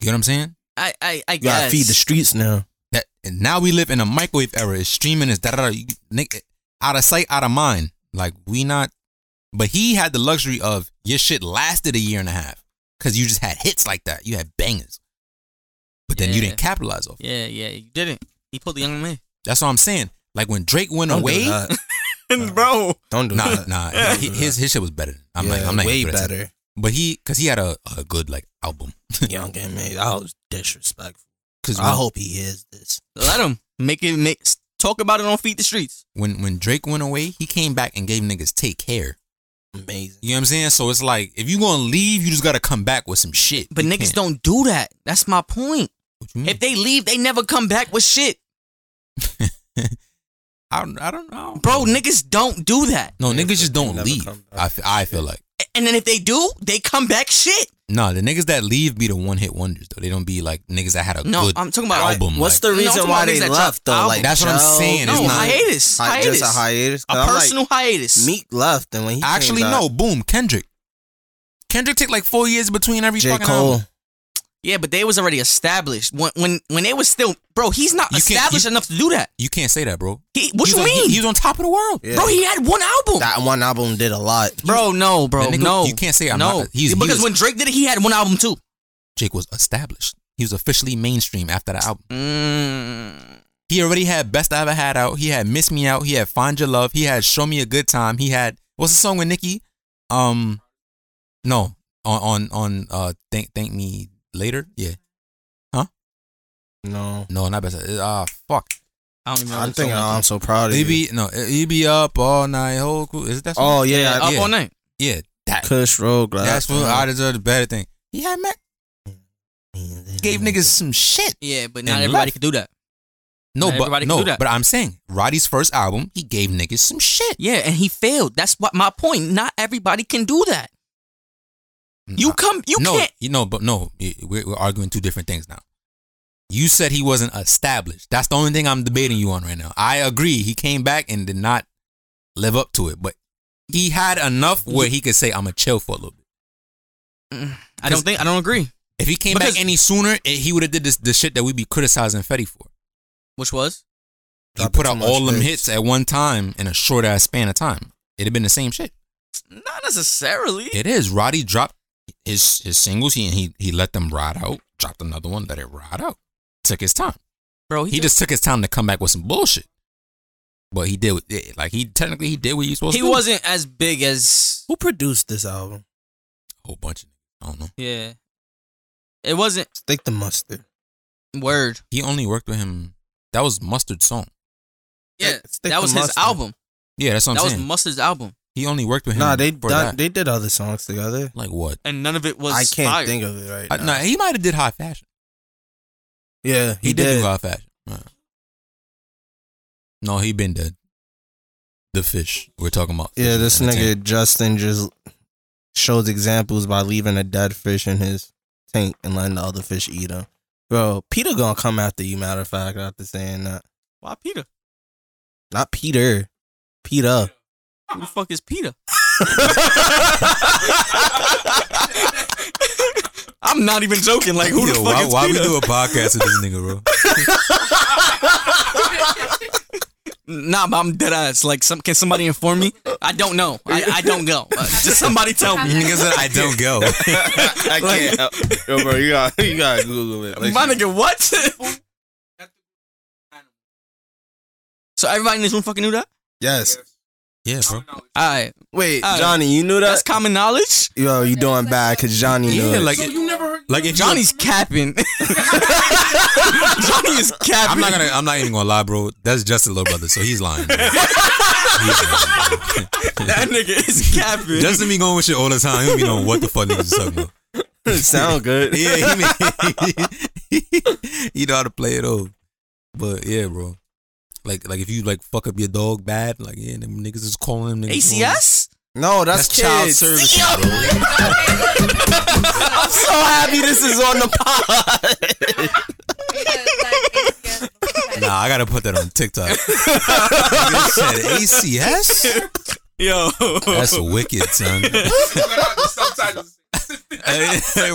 You know what I'm saying? I, I, I You gotta guess. feed the streets now. That and now we live in a microwave era. It's streaming is da da da. Nick, out of sight, out of mind. Like we not. But he had the luxury of your shit lasted a year and a half because you just had hits like that. You had bangers, but then you Yeah. didn't capitalize off. it. yeah, yeah, you didn't. He pulled the [LAUGHS] young man, That's what I'm saying. Like when Drake went Don't away, do that. bro. Don't do [LAUGHS] nah, that. nah, Don't [LAUGHS] he- do his that. his shit was better. I'm yeah, like, I'm not way gonna put it to- better. But he, cause he had a, a good like album. Young and me, I was disrespectful. Cause I when- hope he hears this. Let him make it. Make talk about it on feed the streets. when when Drake went away, he came back and gave niggas take care. Amazing. You know what I'm saying? So it's like if you gonna leave, you just gotta come back with some shit. But You niggas can't- Mm. don't do that. That's my point. What you mean? If they leave, they never come back with shit, I don't, I don't know, bro. Niggas don't do that. No, Yeah, niggas but just they don't never leave. come back. I fe- I feel like And then if they do, they come back shit. no, the niggas that leave be the one hit wonders though. They don't be like niggas that had a No, good I'm talking about- album. What's like, the No, I'm reason talking why about niggas they that dropped left though? Like That's what I'm Joe, saying, And it's no not- hiatus. hi- hiatus. just a hiatus. a 'Cause I'm like, personal hiatus. Meek left, and when he actually came back, no boom Kendrick. Kendrick take like four years between every J fucking Cole. album. Yeah, but they was already established when when when they was still bro. He's not You can't- established you- enough to do that. You can't say that, bro. He what He's you on- mean, he- he's on top of the world. Yeah. bro? He had one album, That one album did a lot. bro. No, bro, That nigga- no. you can't say I'm no. not- he's- he because was- when Drake did it, he had one album too. Jake was established. He was officially mainstream after the album. Mm, He already had Best I Ever Had out. He had Miss Me Out. He had Find Your Love. He had Show Me a Good Time. He had what's the song with Nicki? Um, no, on on on uh, thank thank me later. Yeah, No. no, not Best. Ah, uh, fuck. I don't even. know I'm what song thinking, that oh, I'm is. so proud of He you. be no, he be up all night. Whole crew. Is that? song? Oh, yeah. Yeah. yeah. up all night. yeah, that. Kush Road Glass. That's what I deserve the better thing. He had Mac gave niggas some shit. Yeah, but not And everybody left. could do that. No, Not but everybody can no, do that. but I'm saying Roddy's first album, he gave niggas some shit. Yeah, and he failed. That's what my point. Not everybody can do that. You come, you Mm, no, can't. you know, but no, y- we're, we're arguing two different things now. You said he wasn't established. That's the only thing I'm debating you on right now. I agree. He came back and did not live up to it, but he had enough where he could say, "I'm gonna chill for a little bit." I don't think. I don't agree. If he came Because- back any sooner, it, he would have did this the shit that we be criticizing Fetty for. Which was He Dropping put too out much all them hits. hits at one time in a short ass span of time. It'd have been the same shit. not necessarily. It is. Roddy dropped his his singles. He he he let them ride out. Dropped another one. Let it ride out. Took his time. bro, He just took his time to come back with some bullshit. But he did. what- It, like he technically he did what he was supposed he to. do. wasn't as big as Who produced this album? a whole bunch of. I don't know. yeah. It wasn't Stick the mustard. word. He only worked with him. That was Mustard's song. Yeah, Stick that to was his Mustard. album. Yeah, that's what that I'm was saying. Mustard's album, he only worked with him. Nah, they for done, that. they did other songs together. like what? and none of it was. I can't fire. think of it right I, now. nah, he might have did high fashion. yeah, He, did, do high fashion. Uh. No, he been dead. The fish we're talking about. Yeah, Fish this Entertainment. nigga Justin just shows examples by leaving a dead fish in his tank and letting the other fish eat him. Bro, Peter gonna come after you. Matter of fact, after saying that, Why Peter? not Peter, Peter. Who the fuck is [LAUGHS] Peter? I'm not even joking. Like who the Yo, fuck why, is why we Peter? do a podcast with this nigga, [LAUGHS] bro? Nah, but I'm dead ass. Like, some can somebody inform me? I don't know. I, I don't go. Uh, just somebody tell [LAUGHS] me. Nigga [LAUGHS] said I don't go. [LAUGHS] [LAUGHS] I can't, yo, bro. You got you got to Google it. My nigga, what? so everybody in this room fucking knew that. yes. yeah, bro. All right, Wait, Uh, Johnny, you knew that's that? common knowledge. Yo, you doing bad because Johnny knew Yeah, it. [LAUGHS] like you never heard like if Johnny's. Johnny's capping. Johnny is capping. [LAUGHS] I'm not gonna. I'm not even gonna lie, bro. That's just a little brother, so he's lying. Bro. He's lying, bro. That nigga is capping. Justin be going with shit all the time. He'll be knowing what the fuck niggas is talking about. [LAUGHS] sound good. Yeah, he, may, [LAUGHS] he know how to play it off. But yeah, bro. Like, like if you like fuck up your dog bad, like yeah, them niggas is calling them niggas. ACS? No, that's, That's child kids. services, bro. I'm [LAUGHS] so happy this is on the pod. Nah, I gotta put that on TikTok. Nigga said ACS. Yo. That's wicked, son.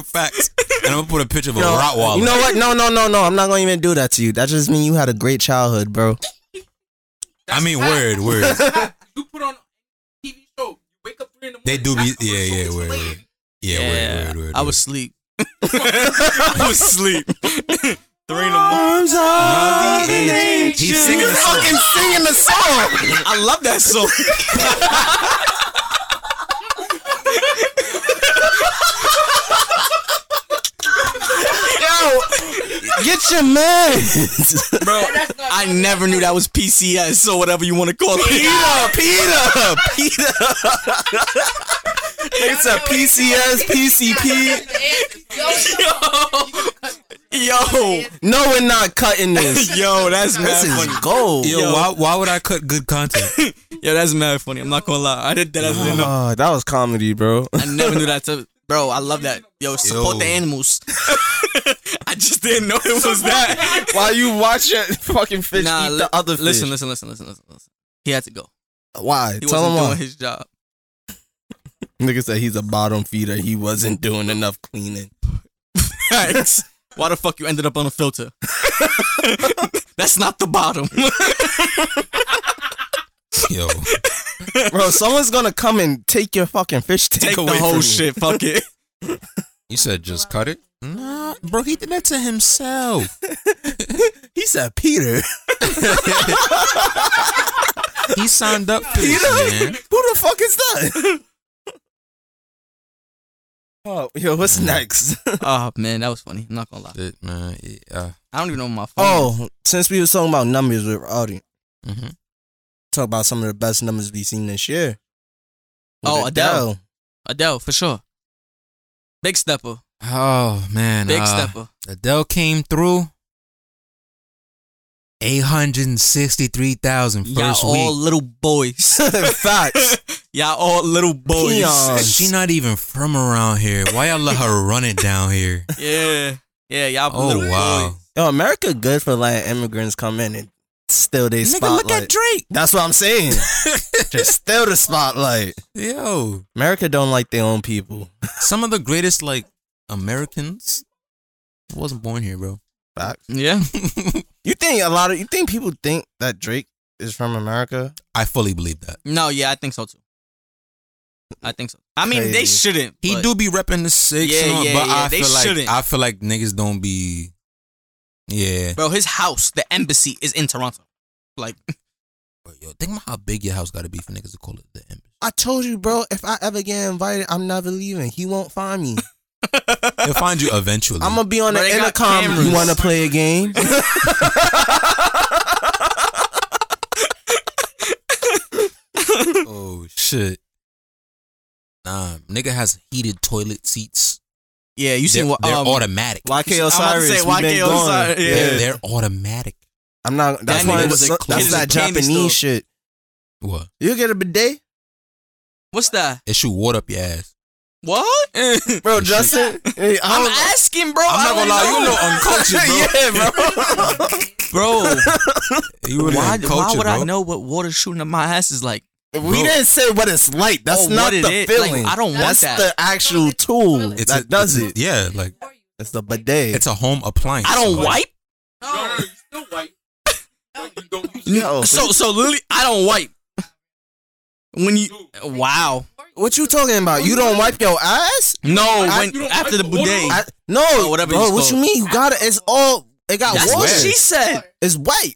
[LAUGHS] Facts. And I'm gonna put a picture of a Rottweiler. you know what? No, no, no, no. I'm not gonna even do that to you. That just mean you had a great childhood, bro. I mean, word, word. you put on TV show, you wake up three in the morning. They do be, that's the yeah, first show yeah, that's word, played. word. Yeah, word, word, word. I word. was asleep. I was asleep. Three in the morning. Of the age. He's singing the song. fucking singing the song. I love that [LAUGHS] song. Get your man. Bro, I never knew that was PCS or whatever you want to call it. Peter, Peter, Peter. It's a PCS, PCP. Yo. No, we're not cutting this. Yo, that's mad This funny. is gold. Yo, why, why would I cut good content? Yo, that's mad funny. I'm not gonna lie. I did that. I didn't know. Oh, that was [LAUGHS] comedy, bro. I never knew that. Too. Bro, I love that. Yo, support Yo. the [LAUGHS] animals. I just didn't know it was that. Why you watch that fucking fish Nah, eat li- the other fish? listen, listen, listen, listen, listen, listen. He had to go. Why? He Tell him wasn't doing why. his job. [LAUGHS] [LAUGHS] Nigga said he's a bottom feeder. He wasn't doing enough cleaning. Yikes. Why the fuck you ended up on a filter? [LAUGHS] That's not the bottom. [LAUGHS] Yo, bro. Someone's gonna come and take your fucking fish tank Take the away whole from shit. Fuck [LAUGHS] it. you said just cut it. Nah, bro, he did that to himself. You. [LAUGHS] He [LAUGHS] said, "Peter, He signed up [LAUGHS] for this, Peter, man. [LAUGHS] who the fuck is [LAUGHS] that?" oh, yo, what's next? [LAUGHS] Oh man, that was funny. I'm not gonna lie. Shit, man. Yeah. I don't even know my phone. oh, since we was talking about numbers with Audi, Mm-hmm. hmm talk about some of the best numbers we've seen this year. With Oh, Adele. Adele for sure. Big stepper. Oh man, Big uh, stepper. Adele came through. Eight hundred sixty-three thousand Y'all first all week. little boys. [LAUGHS] Facts. Y'all all little boys. Peon. She not even from around here. Why y'all let her run it [LAUGHS] down here? [LAUGHS] Yeah. Yeah, y'all Oh little wow. boys. Yo, America good for letting immigrants come in and steal their Nigga, spotlight. look at Drake. That's what I'm [LAUGHS] saying. Just steal the spotlight. Yo, America don't like their own people. some of the greatest like Americans wasn't born here, bro. Yeah. You think a lot of you think people think that Drake is from America? I fully believe that. No, yeah, I think so too. I think so. I mean, they Crazy. shouldn't. He but- do be repping the six, Yeah, and all, yeah, but yeah, I they feel like shouldn't. I feel like niggas don't be. Yeah, Bro, his house, the embassy, is in Toronto. Like, [LAUGHS] But yo, think about how big your house got to be for niggas to call it the embassy. I told you, bro, if I ever get invited, I'm never leaving. He won't find [LAUGHS] me. They'll [LAUGHS] find you eventually. I'm gonna be on Bro, the they got intercom. cameras. You wanna play a [LAUGHS] game? oh shit. Nah, nigga has heated toilet seats. yeah, you They're, seen what? they're um, automatic. YK I'm about to say Osiris. we been YK going. Osiris, yeah. They're, they're automatic. I'm not. That's nigga one of was the, a that's kid in that a candy Japanese store. shit. What? You get a bidet, What's that? It shoot water up your ass. [LAUGHS] What? bro, Shit. Justin. hey, I I'm don't- asking, bro. I'm not gonna lie, you know uncultured, bro. [LAUGHS] know, bro. You really why, uncultured, why would bro. I know what water shooting up my ass is like? [LAUGHS] We Bro. didn't say what it's like. That's Oh, not what the it is. Like, feeling. I don't want That's that. the actual tool It's that a- does it's- it. Yeah, like It's the bidet. [LAUGHS] it's a home appliance. I don't bro. wipe. No, you still white. But you don't use No. So, so literally, I don't wipe. When you, wow, what you talking about? You don't wipe your ass? no, I- when you don't after the wipe the water bidet, I, no, Oh, whatever bro. you What you stole. mean? You got it. It's all. It got that's water. what she said, It's white.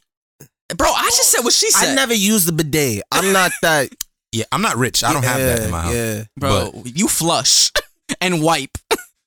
bro. I just said what she said, I never used the bidet. I'm not that. Yeah, I'm not rich. I don't have that in my house. Yeah. bro. you flush [LAUGHS] and wipe,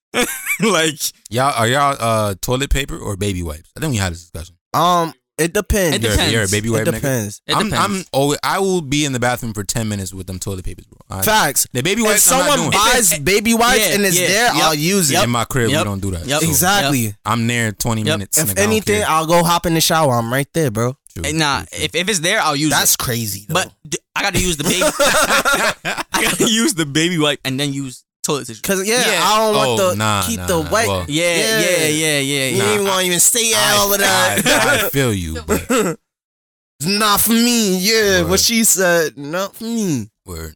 [LAUGHS] like Y'all are y'all uh toilet paper or baby wipes? I think we had this discussion. Um. It depends. It You're- depends. You're, a baby wipe It nigga. depends. it I'm, depends. I'm always, I will be in the bathroom for ten minutes with them toilet papers, bro. I- Facts. the baby If wipes, I'm not someone doing. buys baby wipes Yeah, and it's yeah, there, yep, I'll use it. in my crib, yep, we don't do that. yep. So, Exactly. I'm there twenty Yep. minutes. nigga, I If don't anything, care. I'll go hop in the shower. I'm right there, bro. True, Eh, nah, true, true. if, if it's there, I'll use That's it. crazy. Though. But d- I gotta use the [LAUGHS] baby. [LAUGHS] I gotta use the baby wipe and then use toilet tissue. Cause yeah, Yeah. I don't want Oh, the nah, keep nah, the nah. wet. Well, Yeah, yeah, yeah, yeah, yeah. You ain't want to even stay at all of I, I, that. I feel you. But, [LAUGHS] It's not for me. Yeah, what Word. she said. Not for me. word.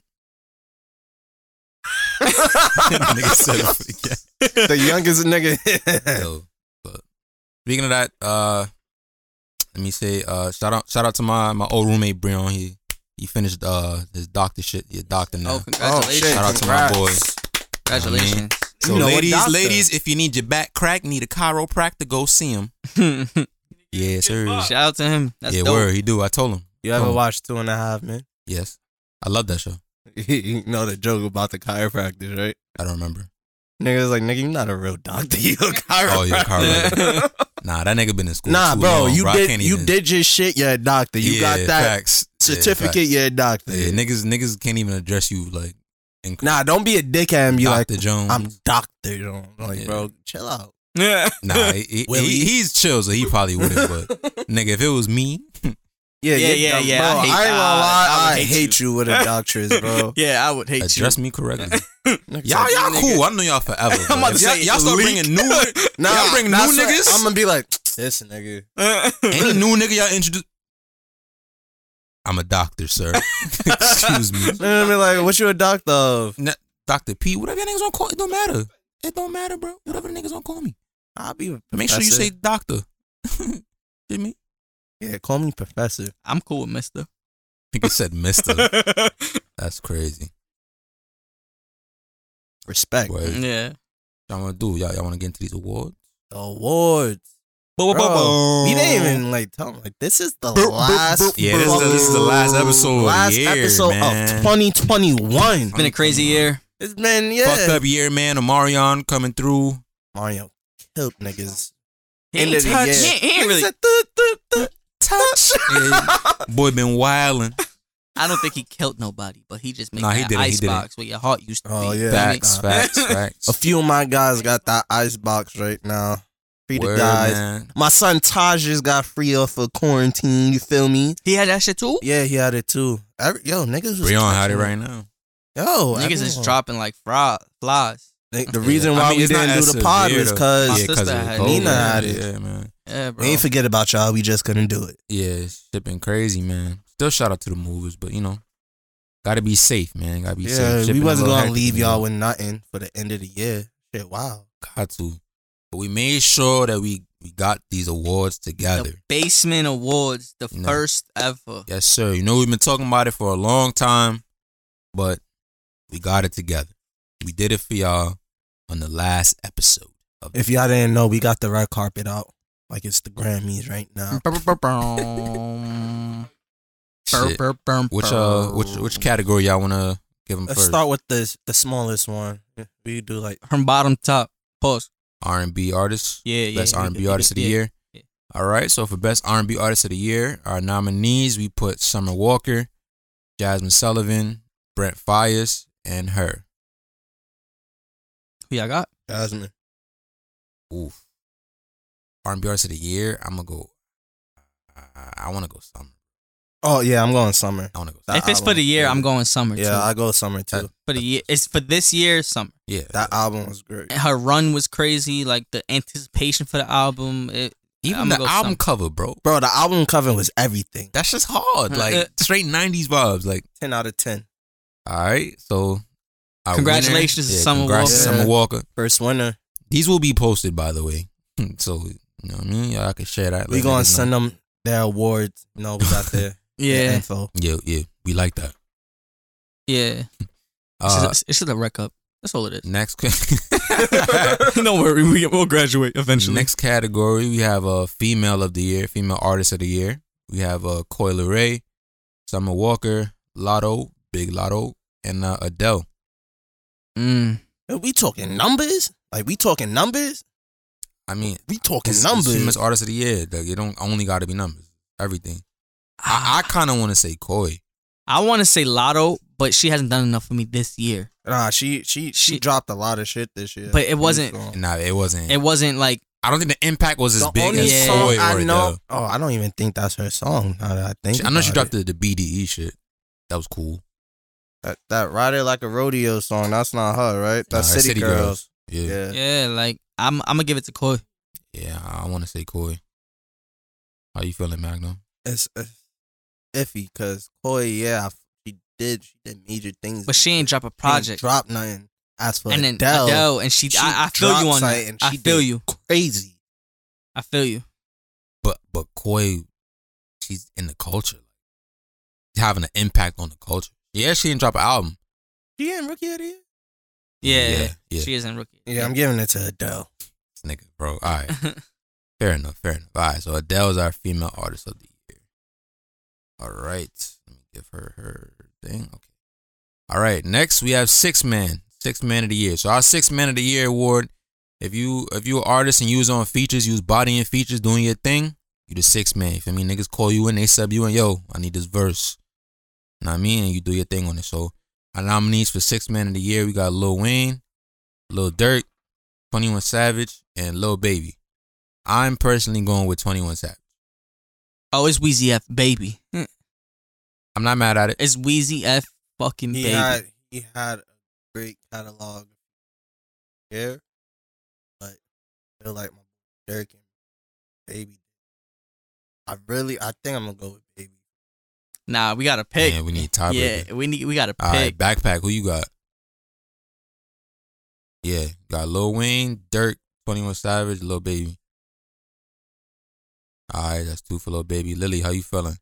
[LAUGHS] Nigga said it for the [LAUGHS] cat. the youngest nigga. [LAUGHS] So, but speaking of that, uh, let me say, uh, shout out, shout out to my my old roommate Breon. He he finished uh his doctor shit. He a doctor now. Oh, congratulations! shout out to my Congrats. boy. Congratulations! So, You know a ladies, doctor. ladies, if you need your back crack, need a chiropractor, go see him. [LAUGHS] Yeah, sir. [LAUGHS] shout out to him. That's yeah, dope. word. He do. I told him. You ever Oh. watched Two and a Half Men? Yes, I love that show. [LAUGHS] you know the joke about the chiropractor, right? I don't remember. Nigga's like, nigga, you not a real doctor. [LAUGHS] You a chiropractor. Oh, [LAUGHS] yeah, chiropractor. nah, that nigga been in school. Nah, too bro, long, you bro. I did can't you even- did your shit. You're a doctor. You Yeah, got that facts. Yeah, certificate. facts. you're a doctor. Yeah, niggas, niggas can't even address you like. In- Nah, don't be a dickhead and be like, Dr. Jones. I'm doctor. You know? Like, Yeah. bro, chill out. [LAUGHS] Yeah. Nah, [LAUGHS] he, he- Willie. he- he's chill, so he probably wouldn't. [LAUGHS] But nigga, if it was me, Yeah, you're yeah, dumb, yeah, I Bro, I, hate- ain't I- gonna I lie, I, would hate hate, you. [LAUGHS] with a doctress, bro. yeah, I would hate you. address me [LAUGHS] correctly. y'all, Y'all- y'all Nigga. cool. I know y'all [LAUGHS] forever. bro. about to If y'all, say, y'all start leak. bringing new, Nah, y'all bring new niggas. I'm gonna be like, this [LAUGHS] nigga. [LAUGHS] any new nigga y'all introduce. I'm a [LAUGHS] doctor, sir. Excuse me, They're gonna be like, what you a doctor of? Doctor P. Whatever y'all niggas gonna call, it don't matter. It don't matter, bro. Whatever the niggas gonna call me. I'll be. a Make sure you professor. say doctor. [LAUGHS] Jimmy. Yeah, call me professor. I'm cool with Mister. I think he [LAUGHS] said Mister. That's crazy. Respect. Word. Yeah. Y'all wanna do? Y'all, y'all wanna get into these awards? The awards. Bro, Bro, we didn't even like tell him like this is the last. Yeah, this is the- this is the last episode of the Last year, episode man. of 2021. It's been a crazy year. It's been yeah. Fucked up year, man. Amarion coming through. Mario killed niggas. He End ain't of the touched. year. He ain't, he ain't really. [LAUGHS] touch. [LAUGHS] Yeah, boy been wildin'. I don't think he killed nobody, but he just made Nah, he that didn't, he ice didn't. box where your heart used to Oh, be. yeah. Facts, Nah. facts, A facts. few of my guys got that ice box right now. Free the Word, guys. man. My son Taj just got free off of quarantine. You feel me? He had that shit too. Yeah, he had it too. Every, yo, niggas was Breon had it touching right now. Yo, Niggas is everyone. dropping like fry, flies. The, the Yeah. reason I why mean, we it's not didn't as do the pod severe was though. because yeah, My 'cause sister of had COVID. it. Nina had it. Yeah, man. Yeah, bro. we ain't forget about y'all. We just couldn't do it. Yeah, shit been crazy, man. Still shout out to the movers, but you know, gotta be safe, man. Gotta be Yeah, safe. Shit we been a wasn't little gonna hectic, leave you know. y'all with nothing for the end of the year. Shit, wow. got to. But we made sure that we, we got these awards together. the Basement Awards, the No. Oh. first ever. Yes, sir. You know, we've been talking about it for a long time, but we got it together. We did it for y'all on the last episode. Of If y'all didn't know, we got the red carpet out. Like it's the Grammys right Mm, now. Shit. Which uh, which which category y'all wanna give them Let's first? start with the the smallest one. We do like from bottom top post? R and B artists. Yeah, yeah. best yeah, R&B yeah, artist of the yeah. year. Yeah. All right, so for best R&B artist of the year, our nominees we put Summer Walker, Jasmine Sullivan, Brent Fires, and her. Who y'all got? Jasmine. Oof. R&B artist of the year, I'm gonna go. I, I want to go Summer. Oh yeah, I'm going summer. I want to go. That Summer. if it's for the album, year, yeah. I'm going summer too. Yeah, I go summer too. That- for the year, it's for this year. Summer. Yeah, that album was great. Her run was crazy. Like the anticipation for the album. It, even I'ma the go album Summer. cover, bro. Bro, the album cover was everything. That's just [LAUGHS] hard. Like straight '90s vibes. Like, Ten out of ten. all right, so our Congratulations to winner- yeah, Summer congrats to Walker. Summer Walker. First winner. These will be posted, by the way. [LAUGHS] so you know what I mean. Y'all can share that. We Let gonna niggas know. send them their awards. You know, we got their, their yeah, info. [LAUGHS] Yeah, yeah, we like that. yeah. Uh, it's, just, it's just a rec up. That's all [LAUGHS] it is. next, [LAUGHS] Don't worry, we, we'll graduate next category we have a uh, female of the year, female artist of the year. We have uh, Coil Ray, Summer Walker, Lotto, Big Lotto, and uh, Adele. Mm. Yo, We talking numbers? Like we talking numbers? I mean, We talking it's, it's numbers. female artist of the year. Like, it don't only got to be numbers. Everything. Ah. I, I kind of want to say Koi. I want to say Lotto, but she hasn't done enough for me this year. Nah, she, she she She- dropped a lot of shit this year. But it wasn't- The Nah, it wasn't. It wasn't like I don't think the impact was as big only as Yeah. song Koi I or know. Adele. Oh, I don't even think that's her song. Now that I think, She- I know she about dropped it. the, the BDE shit. That was cool. that that "Rider Like a Rodeo" song. That's not her, right? That's Nah, City, City Girls. Girls. Yeah, yeah, Yeah. yeah, like I'm I'm gonna give it to Koi. I want to say Koi. How you feeling, Magnum? it's, it's iffy because Koi, yeah, she did she did major things, But she ain't drop a project. drop nothing. As for and then Adele, Adele, and she, she I, I feel you dropped on that. something, I she feel did you. crazy. I feel you. but but Koi, she's in the culture, having an impact on the culture. Yeah, she didn't drop an album. She ain't rookie of the year. Yeah, yeah, yeah. she isn't rookie. Yeah, I'm giving it to Adele. This nigga, bro. All right, [LAUGHS] fair enough, fair enough. All right, so Adele's our female artist of the year. All right, let me give her her thing. Okay. All right, next we have Six Man, Six Man of the Year. So our Six Man of the Year award. If you if you an artist and you was on features, you was bodying features, doing your thing, you the six man. You feel me? Niggas call you in, they sub you in, yo, I need this verse. Know what I mean? And you do your thing on it. So our nominees for six man of the year, we got Lil Wayne, Lil Durk, 21 Savage, and Lil Baby. I'm personally going with 21 Savage. oh, it's Wheezy F baby. I'm not mad at it. [LAUGHS] It's Wheezy F fucking He baby. had he had a great catalog. Yeah, but I feel like my Dirk and Baby. I really, I think I'm gonna go with Baby. Nah, we gotta pick. Man, we need yeah, tiebreaker. we need we gotta All pick. right, backpack. Who you got? Yeah, got Lil Wayne, Dirk, Twenty One Savage, Little Baby. All right, that's two for Little Baby. Lily, how you feeling?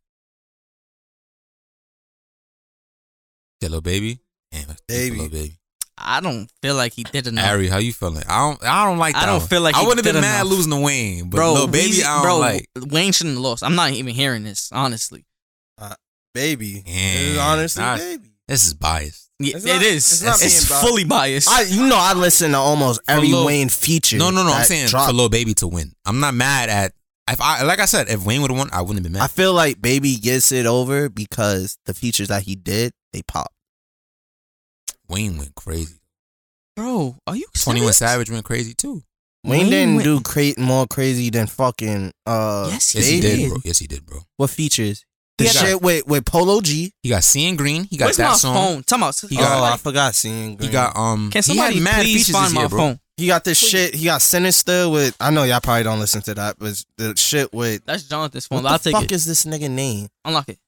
Yeah, Little Baby. Damn, that's two for Baby. Lil baby. I don't feel like he did enough. Ari, how you feeling? I don't. I don't like. I That don't one. feel like I he wouldn't have did been mad enough. losing the Wayne, but bro, Lil baby, Weezy- I don't bro, like. Wayne shouldn't have lost. I'm not even hearing this, honestly. baby. Yeah, It's honestly, nah. baby. This is biased. Yeah, It's it's not- it's It's, not being biased. fully biased. I you know I listen to almost every Lil- Wayne feature. No, no, no. I'm that saying dropped. for Lil baby to win. I'm not mad at. If I like I said, if Wayne would have won, I wouldn't have been mad. I feel like Baby gets it over because the features that he did, they pop. Wayne went crazy. bro, are you Twenty One serious? Savage went crazy too. Wayne, Wayne didn't went- do cra- more crazy than fucking uh Yes, he Yes, he Baby. did, bro. Yes, he did, bro. What features? He The had a- shit with with Polo G. He got Seeing Green. He got Where's that my song. phone? Talk about. uh, He got- oh, I like, forgot seeing. He got um. can somebody he had mad please features find this my year, bro. phone? He got this shit. He got Sinister with. I know y'all probably don't listen to that, but the shit with. That's Jonathan's phone. What I'll the take fuck it. is this nigga name? Unlock it.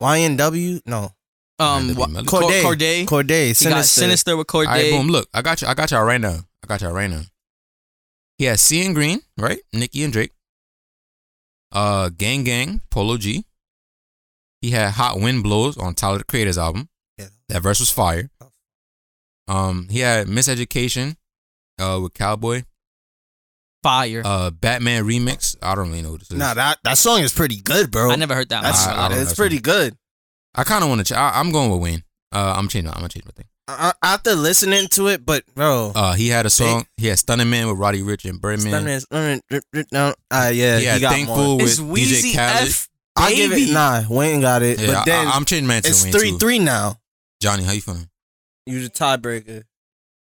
YNW? No, Um, That'd be wha- melody. Cor- Cordae. Cordae. Corday. He Sinister. got sinister with All right, boom. Cordae. Look, I got you. I got y'all right now. I got y'all right now. He has Seeing Green, right? Nicki and Drake. Uh, Gang Gang, Polo G. He had Hot Wind Blows on Tyler the Creator's album. Yeah. That verse was fire. Oh. Um, he had Miseducation, uh, with Cowboy. Fire. Uh, Batman remix. I don't really know what this is. Nah, that that song is pretty good, bro. I never heard that That's I- I don't know it's that pretty good. I kind of want to. Ch- I- I'm going with Wayne. Uh, I'm changing. I'm gonna change my thing. I, I, after listening to it, but bro, Uh, he had a song. He had Stunning Man with Roddy Rich and Birdman. Stunner is- uh, no, uh, yeah, he had he got Thankful more. It's with Weezy DJ Khaled. F. I give it Baby. nah. Wayne got it, Yeah, but then I, am changing mine to it's Wayne three too. three now. Johnny, how you feeling? You the tiebreaker.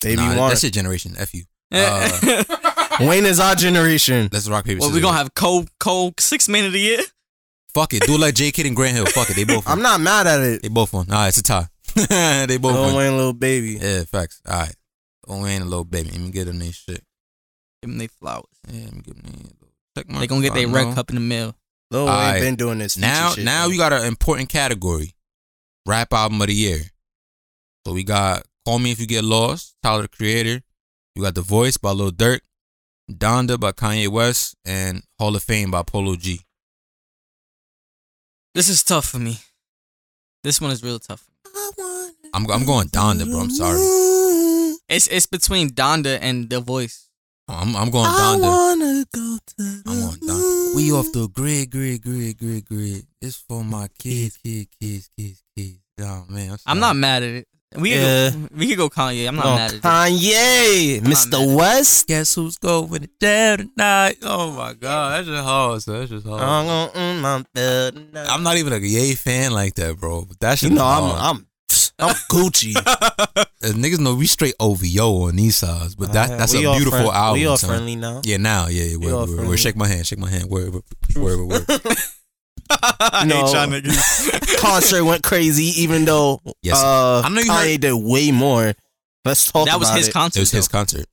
Baby nah, one. that's your generation. F you. [LAUGHS] Uh, Wayne is our generation. Let's rock paper well, scissors. we gonna have cold, cold six man of the year. Fuck it. Do like J Kid and Grant Hill. Fuck it. They both. [LAUGHS] I'm won. not mad at it. They both won. Nah, it's a tie. [LAUGHS] they both Lil won. Wayne, little baby. Yeah, facts. All right. Lil Wayne and Lil Baby. Let me get them their shit. Give them they flowers. Yeah, let me give them their little check mark. They gonna get I their don't red know. cup in the mail. Lil Wayne Alright. been doing this. feature Now, shit, now bro. we got an important category. Rap album of the year. So we got Call Me If You Get Lost, Tyler the Creator. You got The Voice by Lil Durk, Donda by Kanye West, and Hall of Fame by Polo G. This is tough for me. This one is real tough. I'm I'm going Donda, bro. I'm sorry. It's it's between Donda and The Voice. I'm I'm going Donda. wanna go to. I'm going Donda. We off the grid, grid, grid, grid, grid. It's for my kids, kids, kids, kids, kids. Oh man, I'm, I'm not mad at it. We could Yeah. go, we could go Kanye. I'm not Oh, mad at it. Kanye, not mad Mr. West. Guess who's going down tonight? Oh my god, that's just hard. son. That's just hard. I'm gonna mm, my bed tonight. Oh. I'm not even a Ye fan like that, bro. But that You shit. know, is I'm hard. I'm [LAUGHS] I'm Gucci. Uh, niggas know we straight OVO on these sides, but that Uh, that's a we all beautiful friend- album. We all son. friendly now. Yeah, now, yeah, yeah. We Word, all word, word. friendly. Shake my hand, shake my hand. Word, word, word, word, [LAUGHS] word. I [LAUGHS] No. [LAUGHS] Concert went crazy, even though Yes, sir. uh, I know you Kanye heard- did way more. Let's talk. That was about his it. concert. It was his though. concert.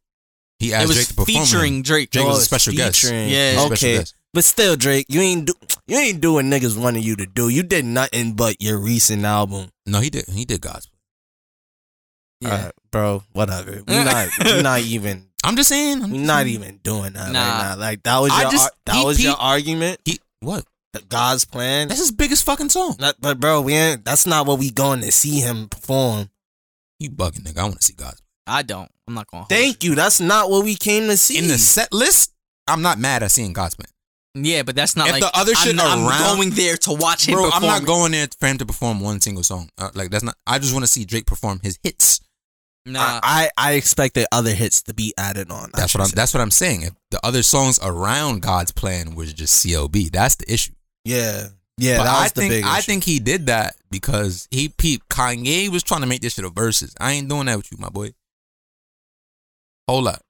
He asked It was Drake to perform. featuring him. Drake. Drake Oh, was a it's special featuring. guest. Yeah. He was a special Okay, guest. but still, Drake, you ain't do you ain't do what niggas wanted you to do. You did nothing but your recent album, No, he did. He did gospel. Yeah. Uh, bro. Whatever. [LAUGHS] We not we not even I'm just saying. I'm we just not saying. even doing that Nah. right now. Like that was I your just- ar- that he- was your he- argument. He what? that God's plan. That's his biggest fucking song. Not, but bro, we ain't. That's not what we going to see him perform. You bugging, nigga. I want to see gospel. I don't. I'm not gonna. hold Thank you. That's not what we came to see. In the set list, I'm not mad at seeing gospel. you. Yeah, but that's not If like the other shit I'm, not- I'm around- going there to watch him. Bro, I'm perform. not going there for him to perform one single song. Uh, like that's not. I just want to see Drake perform his hits. Nah, I, I I expected other hits to be added on. I That's should what I'm. say. That's what I'm saying. If the other songs around God's plan was just CLB, that's the issue. yeah, yeah. But that was I the think big. I issue. think he did that because he peeped. Kanye was trying to make this shit a versus. I ain't doing that with you, my boy. Hold up.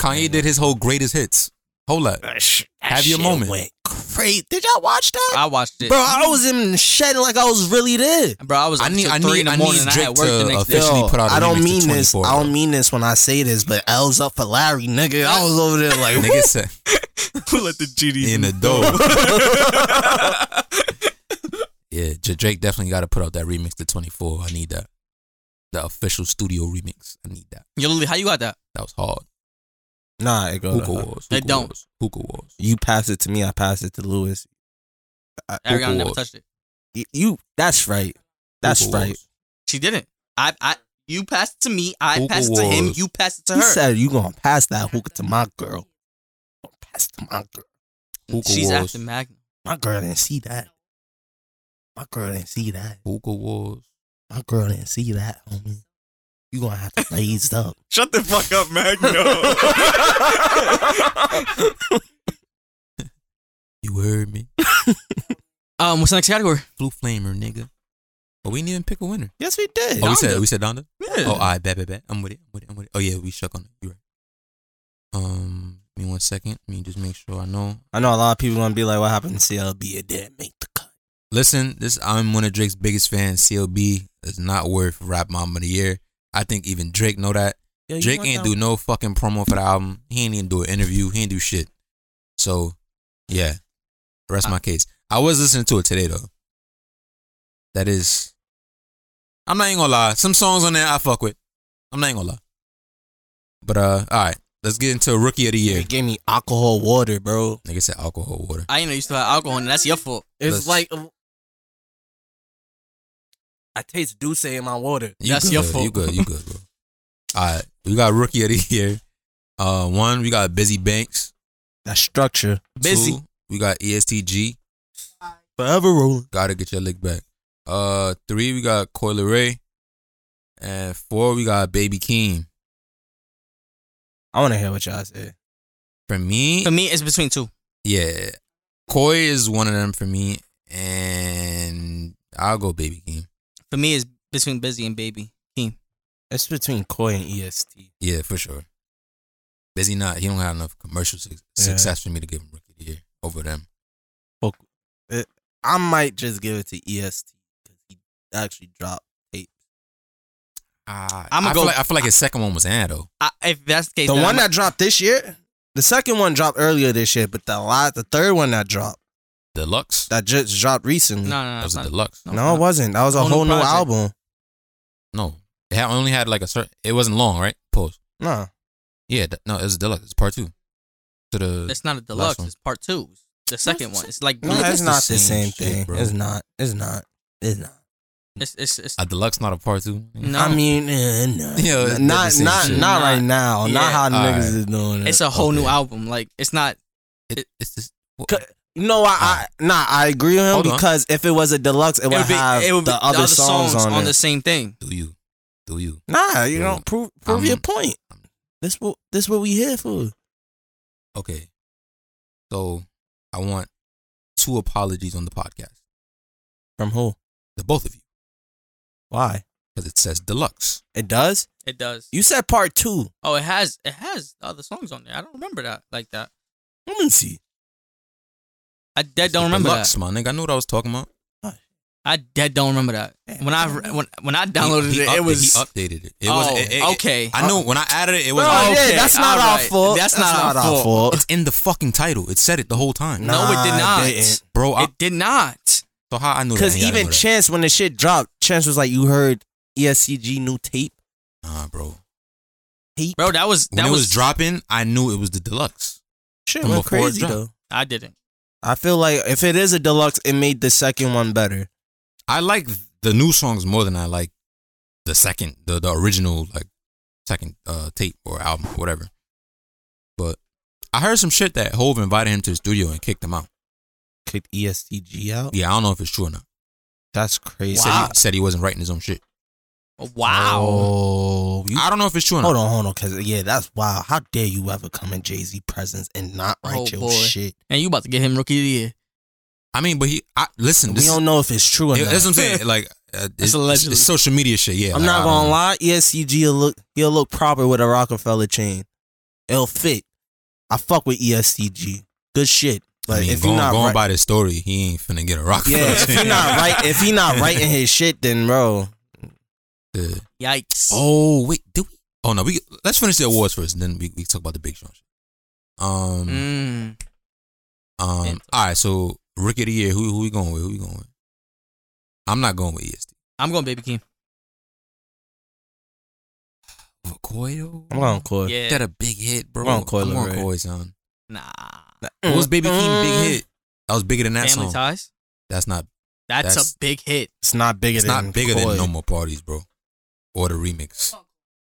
Kanye did his whole greatest hits. Hold up. That sh- that Have your shit moment. Went crazy. Did y'all watch that, I watched it, bro? I was in the shed like I was really there. Bro, I was. I up need- till I three need- in the I morning. need and I Drake had work the to next day. [LAUGHS] officially Yo, put out a I don't remix to mean this. 24, I don't bro. mean this when I say this, but L's up for Larry, nigga. I was over there [LAUGHS] like, [LAUGHS] Nigga said Let the GD in the door. yeah, J- Drake definitely got to put out that remix to 24. I need that. The official studio remix. I need that. Yo, Lily, how you got that? That was hard. Nah, it go to Hookah her. walls. They hookah don't. walls, Hookah walls. You pass it to me. I pass it to Lewis. I, Ariana Hookah never was. touched it. y- you. That's right. That's Hookah right. walls. She didn't. I, I, you passed it to me. I Hookah passed it to him. was. You passed it to He her. said you gonna pass that hookah to my girl. Gonna Pass it to my girl. Hookah She's walls. after Magnum. My girl didn't see that. My girl didn't see that. Hookah walls. My girl didn't see that, homie. You gonna have to [LAUGHS] blaze up. Shut the fuck up, Magnum. You heard me. um, what's the next category? Blue flamer, nigga. But we didn't even pick a winner. Yes, we did. Oh, we said Donda. we said Donda. Yeah. Oh, I bet, bet, bet. I'm with it. I'm with it. I'm with it. Oh yeah, we shook on it. You right. Um, give me one second. Let me just make sure I know. I know a lot of people gonna be like, "What happened to CLB? It didn't make the cut." Listen, this I'm one of Drake's biggest fans. CLB is not worth Rap Mom of the Year. I think even Drake know that. Yo, you Drake want ain't that do no fucking promo for the album. He ain't even do an interview. He ain't do shit. So, yeah, rest my case. I was listening to it today though. That is, I'm not even gonna lie. Some songs on there I fuck with. I'm not even gonna lie. But uh, all right, let's get into rookie of the one? year. It gave me alcohol water, bro. Nigga said alcohol water. I didn't know you still had alcohol, and that's your fault. It's Let's- like uh, I taste Duce in my water. You That's good, your fault. You good? You good, bro? All right, we got rookie of the year. Uh, one we got Busy Banks. That structure Busy. Two, we got E ESTG. forever rolling. Gotta get your lick back. Uh, three we got Coil Ray, and four we got Baby Keem. I want to hear what y'all say. For me, For me, it's between two. yeah, Koi is one of them for me, and I'll go Baby Keem. For me, it's between Busy and Baby Keem. It's between Koi and E EST. Yeah, for sure. Busy not, he don't have enough commercial su- Yeah. success for me to give him rookie of the year over them. I might just give it to E EST because he actually dropped. Uh, I'ma I go- Feel like, I feel like his second one was Anna though. I, if that's the case, The then one I'm- that dropped this year, the second one dropped earlier this year, but the lot, the third one that dropped, Deluxe. that just dropped recently. no, no, No, no, it's that was a not. deluxe. no, it's it not. wasn't. That was a Whole new whole new project. album. No, it had, only had like a certain. It wasn't long, right? Pause. No, Yeah, th- no, it was deluxe. It's part two. To the It's not a Last deluxe. one. It's part two. It's The second one. It's like no, it's it's the not the same same, shit, thing. bro. it's not. It's not. It's not. it's it's, it's a deluxe, not a part two. no. I mean, eh, [LAUGHS] no. Yeah, it's not the not same not shit. not right Not- now. yeah. Not how the Alright. niggas is doing it. it's a whole new Okay. album. Like it's not. It, it's just well, Cut. no, I, I nah, I agree with him Hold on. because if it was a deluxe, it, It would would be. have It would be the, other songs, on, the it. same thing. do you, do you? Nah, you Yeah. Mm. don't prove prove I'm- your point. This what this what we here for. Okay, so I want two apologies on the podcast, From who? the both of you, Why? because it says deluxe. It does. It does. You said part two. Oh, it has. It has other songs on there. I don't remember that like that. Let me see. I dead It's the don't remember deluxe, that. my nigga. I knew what I was talking about. I dead don't remember that. Yeah, When I I don't when when I downloaded He- he it, upda- it was. he updated it. it oh, was, it- it- it- okay. I know when I added it, it was. Bro, oh, okay, yeah, that's not our alright. fault. That's not our fault. It's in the fucking title. It said it the whole time, [LAUGHS] No, it did Nah, not. didn't. bro. I, it did not. so how I knew that? Because Yeah, I even know that. Chance, when the shit dropped, Chance was like, "You heard E ESCG new tape? nah, bro. Tape? Bro, that was When that it was, was. dropping, I knew it was the deluxe. shit from went before it crazy dropped. though." I didn't. I feel like if it is a deluxe, it made the second one better. I like the new songs more than I like the second, the the original like second uh tape or album, whatever. But I heard some shit that Hove invited him to the studio and kicked him out. Kicked ESTG out. Yeah, I don't know if it's true or not. That's crazy. Said, Wow. he, said he wasn't writing his own shit. Wow. Oh, you- I don't know if it's true or hold not. on, hold on, because yeah, that's wild. How dare you ever come in Jay Z presence and not write Oh, your boy. shit? And you about to get him rookie of the year. I mean, but he. I, listen, this, we don't know if it's true or it- not. that's what I'm saying. Like, uh, it's, it's, allegedly. it's social media shit. Yeah, [LAUGHS] I'm like, not I gonna don't- lie. E ESCG will look he'll look proper with a Rockefeller chain. It'll fit. I fuck with E ESCG. Good shit. But I mean, if going, you're not going right, by the story, he ain't finna get a rock. yeah, if he [LAUGHS] not right, if he not writing his shit, then bro, Yeah. Yikes. Oh wait, do we? Oh no, we let's finish the awards first, and then we, we talk about the Big Sean. shit. Um, Mm. um. All right, so rookie of the year, who who we going with? Who we going with? E I'm not going with EST. I'm going Baby Keem. over Koyo. I'm on Coil. Yeah. That a big hit, bro. I'm on Coil I'm on Ray. Coil, son. Nah. What was Baby Keem Mm-hmm. big hit? That was bigger than that Family song. ties. That's not. That's, That's- a big hit. It's not bigger It's than not bigger Coil. than No More Parties, bro. Or the remix.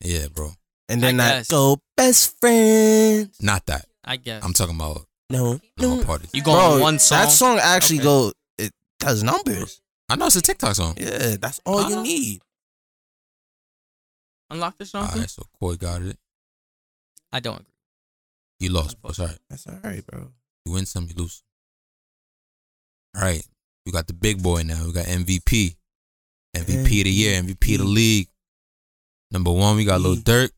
Yeah, bro. And then I that guess. go best friend. Not that. I guess. I'm talking about No, No More no. Parties. you going Bro, one song? That song actually Okay. go it does numbers. I know it's a TikTok song. Yeah, that's all Ah. you need. Unlock this All song. right, so Coy got it. I don't agree. You lost, bro. Sorry. That's all right, bro. You win some, you lose. All right. We got the big boy now. We got MVP. MVP of the year, MVP of the league. Number one, we got Lil Durk.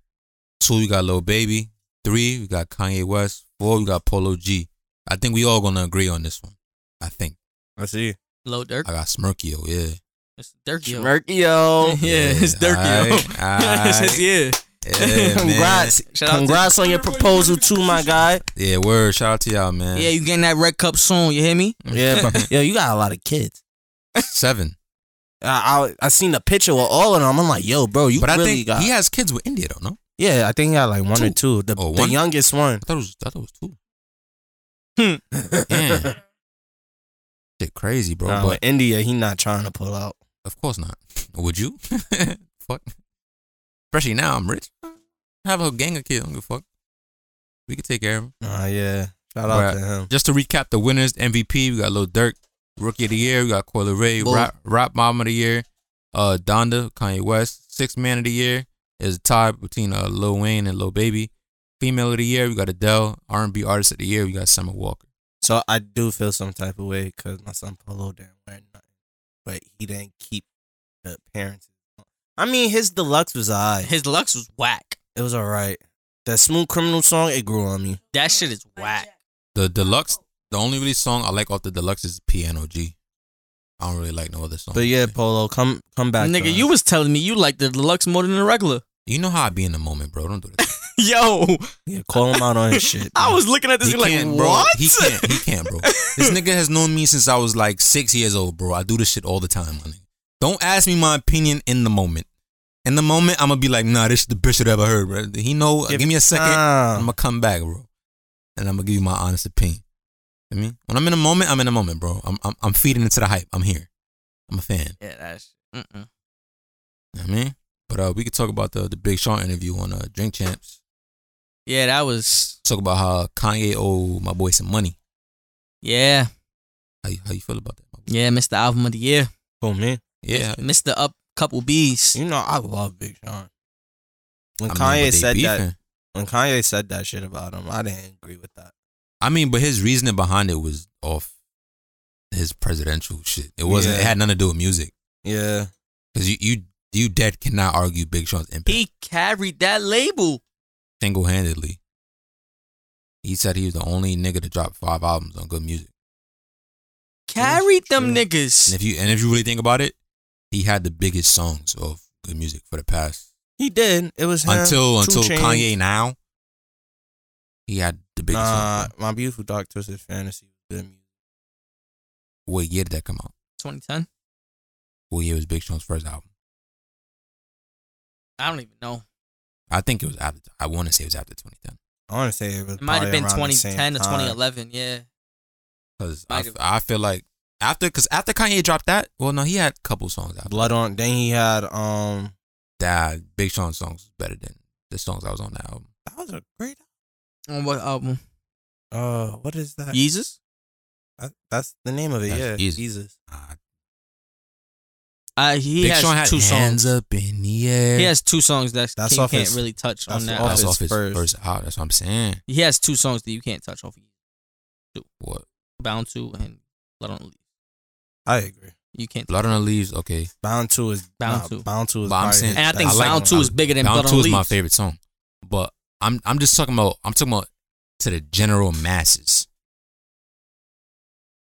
Two, we got Lil Baby. Three, we got Kanye West. Four, we got Polo G. I think we all gonna agree on this one. I think. I see. Low Dirk. I got Smirkio, yeah. It's Dirkio. [LAUGHS] Merkio. yeah, it's Dirkio. All right, all right. yeah. Yeah, man. Congrats. Shout out to- Congrats on your proposal too, my guy. Yeah, word. Shout out to y'all, man. [LAUGHS] Yeah, you getting that red cup soon? You hear me? Yeah, bro. [LAUGHS] Yo, you got a lot of kids. Seven. I, I I seen the picture with all of them. I'm like, yo, bro, you But I really think got. he has kids with India though, no? yeah, I think he got like one or two. The, Oh, the one? youngest one. I thought it was I thought it was two. [LAUGHS] Damn. Nah, Shit crazy, bro. but but India, he not trying to pull out. of course not. [LAUGHS] Would you? fuck. Especially now I'm rich. Have a whole gang of kids. I don't give a fuck. We can take care of them. Nah, yeah. Shout Bruh. out to him. Just to recap the winners, MVP, we got Lil Durk, Rookie of the Year, we got Coil Ray, Bull. Rap, Rap Mom of the Year, uh Donda, Kanye West, Six Man of the Year is a tie between uh, Lil Wayne and Lil Baby. Female of the Year, we got Adele, R and B Artist of the Year, we got Summer Walker. So I do feel some type of way because my son Polo didn't wear nothing, but he didn't keep the appearances. I mean, his deluxe was alright. His Lux was whack. It was alright. That smooth criminal song, it grew on me. That shit is whack. The deluxe, the only really song I like off the deluxe is Piano G. I don't really like no other song. But yeah, Polo, come come back. Nigga, to you us. was telling me you like the deluxe more than the regular. [LAUGHS] you know how I be in the moment, bro. Don't do that. Yo, yeah, call him out on his shit. I was looking at this He like, can't, what? bro. He can't. He can't, bro. This nigga has known me since I was like six years old, bro. I do this shit all the time, my nigga. Don't ask me my opinion in the moment. In the moment, I'm gonna be like, nah, this is the best shit I ever heard, bro. He know. Give, me a second. I'm Nah. gonna come back, bro, and I'm gonna give you my honest opinion. I mean, when I'm in a moment, I'm in a moment, bro. I'm I'm, I'm feeding into the hype. I'm here. I'm a fan. [LAUGHS] Yeah, that's. Mm-mm. You know what I mean, but uh, we could talk about the the Big Sean interview on uh, Drink Champs. Yeah, that was. Talk about how Kanye owe my boy some money. Yeah, How you, how you feel about that? my boy? yeah, Mr. Album of the Year, Oh man, Yeah, Mr. Up Couple B's. you know I love Big Sean. When I mean, Kanye but they said that, beefing. when Kanye said that shit about him, I didn't agree with that. I mean, but his reasoning behind it was off his presidential shit. It wasn't. It Yeah. had nothing to do with music. Yeah, Because you, you, you dead cannot argue Big Sean's impact He carried that label. single handedly. He said he was the only nigga to drop five albums on good music. Carried them true. And niggas. if you and if you really think about it, he had the biggest songs of good music for the past he did. It was him, until Two until Chainz. Kanye now. He had the biggest. Nah, songs. my beautiful dark twisted fantasy was good music. What year did that come out? 2010. What year was Big Sean's first album? I don't even know. I think it was after. I want to say it was after 2010. I want to say it was. It might have been 2010 2010 or 2011. Yeah. Because I, Might have- I feel like after because after Kanye dropped that, well, no, he had a couple songs after Blood on. Then he had um. that. Big Sean songs was better than the songs I was on that album. That was a great. On what album? Uh, what is that? Jesus. That- that's the name of it. That's yeah, Jesus. Jesus. Uh, Uh, Ah, he Big has Sean had two hands songs. up in the air. He has two songs that That's you off can't his- really touch on that's that. off that's album. off his first. first. album. That's what I'm saying. He has two songs that you can't touch off. What Bound to and Blood on the Leaf. I agree. You can't. Blood on the Leaves? Okay, Bound two is Bound nah, Two. Bound two is. But I'm probably his saying- And I think I best like Bound one. Two is bigger than Bound Blood Two on is the my Leaves. favorite song, but I'm I'm just talking about I'm talking about to the general masses.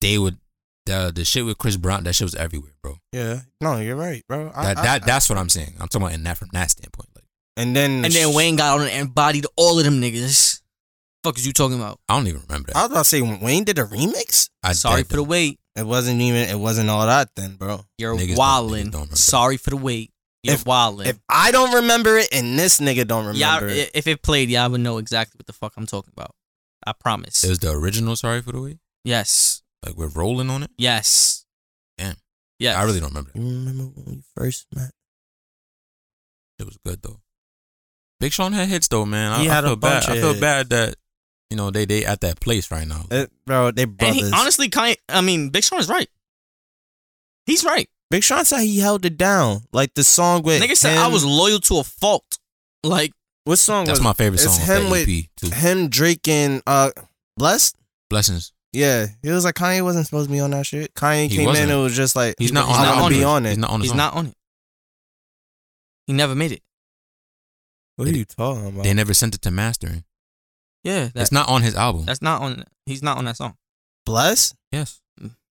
They would the the shit with Chris Brown. That shit was everywhere, bro. Yeah. No, you're right, bro. I, That I- that I- that's what I'm saying. I'm talking about in that from that standpoint. Like and then And then Wayne got on it and bodied all of them niggas. Fuck is you talking about? I don't even remember that. I was about to say Wayne did a remix. I Sorry dead for the wait. It wasn't even. It wasn't all that then, bro. You're Niggas don't- niggas wildin'. don't remember. Sorry for the wait. You're If- wildin'. If I don't remember it and this nigga don't y'all, remember it, i- if it played, y'all would know exactly what the fuck I'm talking about. I promise. It was the original Sorry for the Wait. yes. Like we're rolling on it. Yes. Damn. Yes. I really don't remember. That. you remember when we first met? It was good though. Big Sean had hits though, man. I, He I had a feel bad. bunch I of feel hits. bad that you know they they at that place right now. It, Eh, bro, they And brothers. he, honestly, kind. I mean, Big Sean is right. He's right. Big Sean said he held it down. Like the song with Nigga said I him- was loyal to a fault. Like What song? That's was my favorite it's song off him that with- EP too. him, Drake, and uh, Blessed. Blessings. Yeah, he was like Kanye wasn't supposed to be on that shit. Kanye He came wasn't. in and was just like, He's not he's on. I'm not the gonna on be song. on it. He's not on. the he's song. not on it. He never made it. What are you talking about? They never sent it to mastering. Yeah, that, it's not on his album. that's not on. He's not on that song. Bless? yes.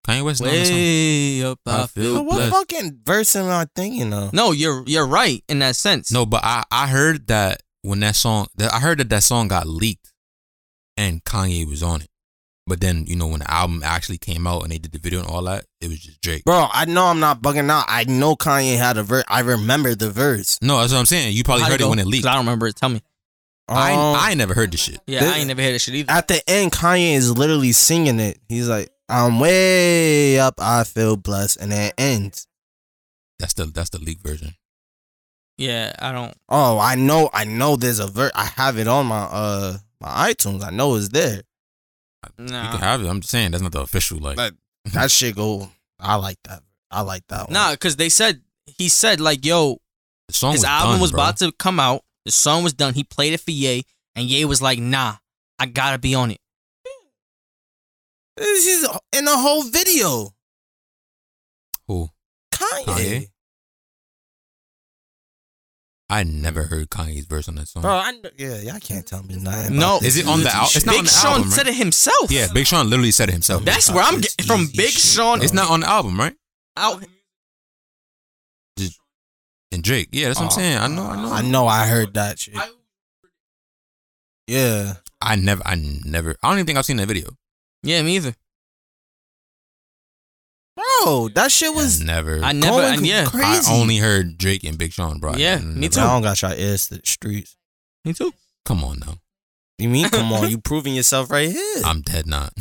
Kanye West is not on the song. Way up, I feel. I feel But what blessed. fucking verse am I thinking of? No, you're you're right in that sense. No, but I I heard that when that song that I heard that that song got leaked, and Kanye was on it. But then you know when the album actually came out and they did the video and all that, it was just Drake. Bro, I know I'm not bugging out. I know Kanye had a verse. I remember the verse. No, that's what I'm saying. You probably How'd heard it go? when it leaked. 'Cause I I, don't remember it. Tell me. Um, I ain't never heard this shit. Yeah, This- I ain't never heard that shit either. at the end, Kanye is literally singing it. He's like, I'm way up, I feel blessed, and then it ends. That's the that's the leaked version. yeah, I don't. Oh, I know, I know there's a verse. I have it on my uh my iTunes. I know it's there. You can Nah, have it. I'm just saying that's not the official like. Like, That shit go I like that. I like that one. nah, because they said he said like, yo, the song his was album done, was bro. about to come out. The song was done. He played it for Ye, and Ye was like, "Nah, I gotta be on it." This is in the whole video. Who? Kanye. Kanye? I never heard Kanye's verse on that song. Bro, I kn- yeah, y'all can't tell me nothing. No, about this. Is it on the al- Oh, it's not Big on the Sean album, right? said it himself. Yeah, Big Sean literally said it himself. that's where I'm getting from. Easy Big shit, Sean bro. it's not on the album, right? out. And Drake. Yeah, that's what I'm Oh, saying. I know. I know. I know I heard that shit. I- Yeah. I never, I never, I don't even think I've seen that video. Yeah, me either. Bro, Oh, that shit was I never. I I, never. Going I, yeah, crazy. only heard Drake and Big Sean, bro. I Yeah, never- me too. I don't got your ears to the streets. me too. Come on now, You mean come on, [LAUGHS] you proving yourself right here. I'm dead. Not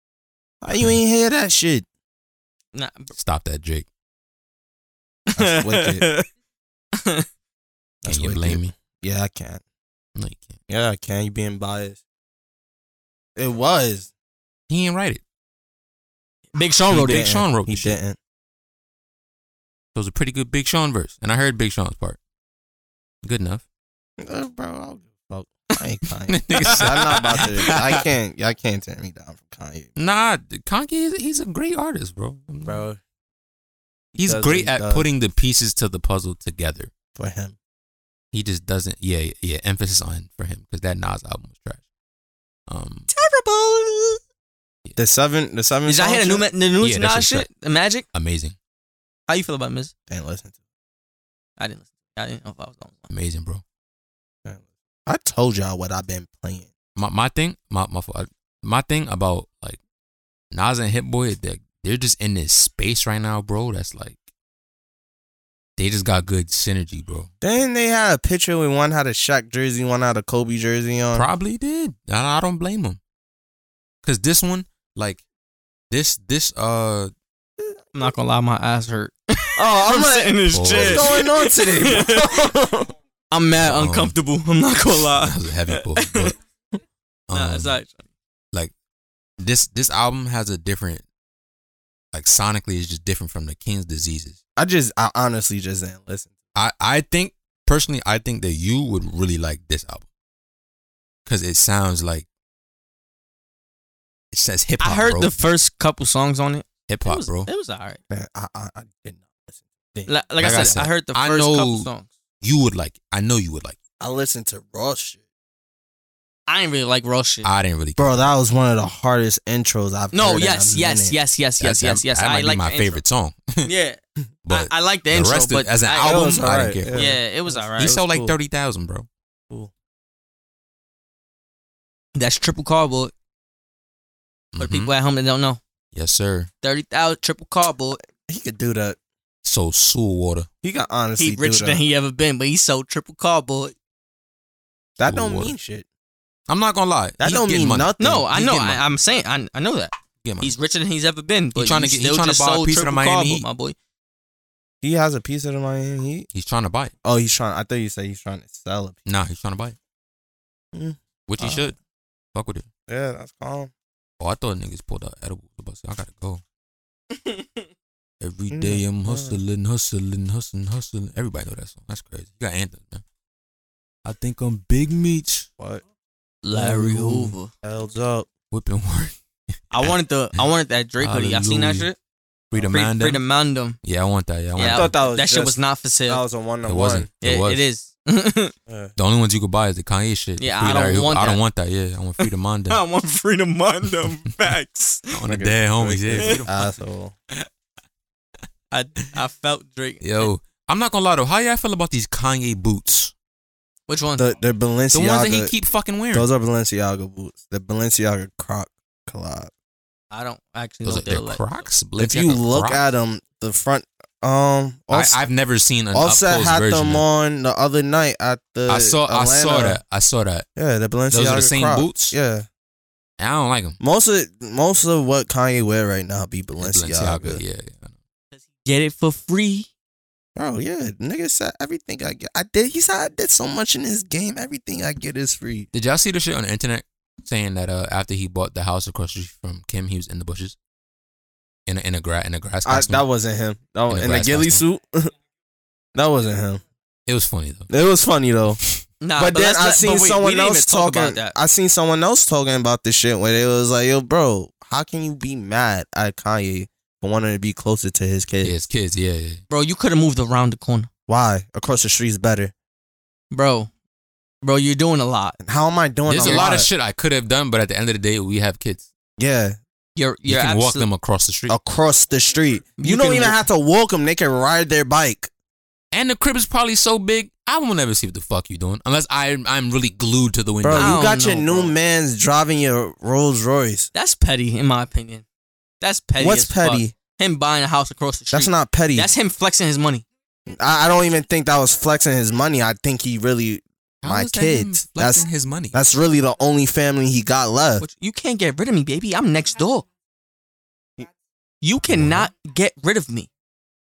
[LAUGHS] Why you ain't hear that shit? Nah, stop that, Drake. That's wicked. Can That's you wicked. blame me? Yeah, I can't. No, you can't. Yeah, I can. You being biased. It was. He ain't write it. Big Sean He wrote Big it. didn't. Sean wrote He the shit. didn't. It was a pretty good Big Sean verse, and I heard Big Sean's part. Good enough. Uh, bro, I'll give a fuck. I [LAUGHS] ain't Kanye. Nigga said- I'm not about to. [LAUGHS] I can't. Y'all can't tear me down from Kanye. Nah, Kanye, is- he's a great artist, bro. Bro, he's does great what he at does. putting the pieces to the puzzle together. for him. He just doesn't. Yeah, yeah. Emphasis on for him because that Nas album was trash. [LAUGHS] Um, Terrible. The seven, the [LAUGHS] seven. Did y'all hear the new ma- the new Yeah, that Nas shit's shit? The Magic. amazing, How you feel about Miz? Didn't listen. To I didn't. Listen. I didn't know if I was on. amazing, bro. I told y'all what I've been playing. my my thing my my fault. my thing about like Nas and Hit Boy they're, they're just in this space right now, bro. That's like they just got good synergy, bro. Then they had a picture with one had a Shaq jersey, one had a Kobe jersey Uh. on. Probably did. I, I don't blame them. Cause this one, like this this [LAUGHS] uh I'm not gonna lie, my eyes [LAUGHS] hurt. oh, I'm like, in this Oh. what's going on today? bro? [LAUGHS] I'm mad Um, uncomfortable. I'm not gonna lie. [LAUGHS] that was a heavy book, but uh. [LAUGHS] nah, um, it's like this this album has a different like sonically it's just different from the King's Diseases. I just, I honestly just didn't listen. I I think personally, I think that you would really like this album because it sounds like it says hip hop. I heard bro. the first couple songs on it. hip it hop, was, bro. It was alright. Man, I, I, I did not listen. Didn't. Like, like I, said, I heard the I first couple know- songs. You would like. It. I know you would like. It. I listened to raw shit, I ain't really like raw shit. I didn't really. bro. That was one of the hardest intros I've. no, heard yes, in a yes, minute. yes, yes, That- yes, that- yes, yes. That might I be like my the favorite song, Intro. [LAUGHS] Yeah, but I, I like the, the intro, rest of, but as an I- album, was I alright, didn't care. yeah. yeah. it was alright. he was sold like cool. thirty thousand, bro. That's triple cardboard for the Mhm. people at home that don't know. Yes, sir. Thirty thousand triple cardboard. he could do that. So sewer water. He can honestly he do richer that. than he ever been, but he sold triple cardboard. that don't Lord. mean shit. I'm not gonna lie. That He don't getting mean money. nothing. No, I He's know. getting I, money. I'm saying I, I know that Getting money. he's richer than he's ever been. But tryna he get- he still tryna just buy a sold piece of the triple Miami cardboard, Heat. my boy. He has a piece of the Miami Heat. He's trying to buy it. Oh, he's trying. I thought you said he's trying to sell it. Nah, he's trying to buy it. Mm. Which he Uh. should. Fuck with it. Yeah, that's calm. Oh, I thought niggas pulled out edibles. I was about to say, I gotta go. [LAUGHS] Every Mm, day I'm uh. hustling, hustling, hustling, hustling. Everybody know that song. That's crazy. You got anthems, man. I think I'm big meat. What? Larry Ooh. Hoover. Hell's up. Whipping [LAUGHS] work. I wanted the I wanted that Drake hoodie. I seen that Hallelujah. shit. Freedom Free, Mandem. Freedom Mandem. Yeah, I want that. Yeah, I want Yeah, that. thought that was shit just- was not for That sale. was a one It to wasn't. one. It, It, was. it [LAUGHS] is. [LAUGHS] I Yeah. The only ones you could buy is the Kanye shit. Yeah, Free I don't Larry Hoover. want I don't that. want that. Yeah, I want Freedom Mandem. [LAUGHS] I want Freedom Mandem facts. want the dead homies. Yeah, Freedom Asshole. [LAUGHS] I I felt Drake. Yo, I'm not gonna lie though. How y'all feel about these Kanye boots? Which one? The the The ones that he Balenciaga. keep fucking wearing. Those are Balenciaga boots. The Balenciaga Croc collab. I don't actually Those know are what they're they're like. Crocs. If you look Crocs. at them, the front. Um. I, Offs- I've never seen an up Offset close had version. them of- on the other night at the. I saw. I saw Uh, Atlanta- that. I saw that. Yeah, the Balenciaga. Those are the same Croc. boots? Yeah. And I don't like them. Most of most of what Kanye wear right now be Balenciaga. Balenciaga. Yeah, yeah. Get it for free. Bro, yeah, nigga said everything I get. I did. He said I did so much in this game. Everything I get is free. Did y'all see the shit on the internet saying that uh, after he bought the house across the street from Kim, he was in the bushes, in a, in a grass in a grass I, costume. that wasn't him. That was, In in the the glass ghillie suit. [LAUGHS] that wasn't him. it was funny though. It was funny though. Nah, but, then let's I let- seen Ah, but wait, we someone didn't even else talk talking. about that. I seen someone else talking about this shit where they was like, "Yo, bro, how can you be mad at Kanye for wanting to be closer to his Yeah, kids? his kids. Yeah, yeah. Bro, you could have moved around the corner. Why across the street's better? Bro. Bro, you're doing a lot. And how am I doing? There's a lot of shit I could have done, but at the end of the day, we have kids. Yeah, You're You you're can walk absolutely them across the street, across the street. You, You don't can even walk- have to walk them. They can ride their bike. and the crib is probably so big. I will never see what the fuck you doing unless I I'm really glued to the window. Bro, I you don't got your know, new bro. man's driving your Rolls Royce. That's petty, in my opinion. That's petty. What's as fuck. petty? Him buying a house across the street. That's not petty. That's him flexing his money. I, I don't even think that was flexing his money. I think he really, How my is that him kids. flexing That's- his money. that's really the only family he got [LAUGHS] left. Which, you can't get rid of me, baby. I'm next door. You cannot get rid of me.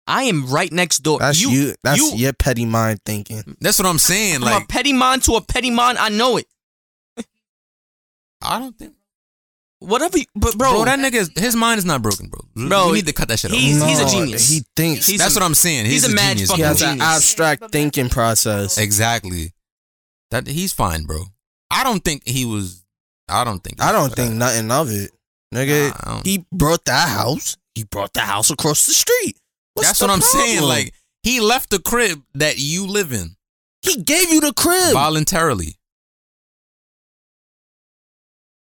I am right next door. That's you. you, that's you- your petty mind thinking. That's what I'm saying. From Like a petty mon to a petty mon, I know it. I don't think, Whatever, you, but bro. bro, that nigga, is, his mind is not broken, bro. Bro, we need to cut that shit he's- off. he's a No, genius. He thinks He's that's a- what I'm saying. he's He's, a a, mad genius, he fucking bro. has an genius. abstract thinking process. Exactly. That he's fine, bro. I don't think he was. I don't think. I don't think nothing of it, nigga. Nah, I don't- he brought that house. He brought the house across the street. What's that's the what I'm saying. problem? Like he left the crib that you live in he gave you the crib. voluntarily.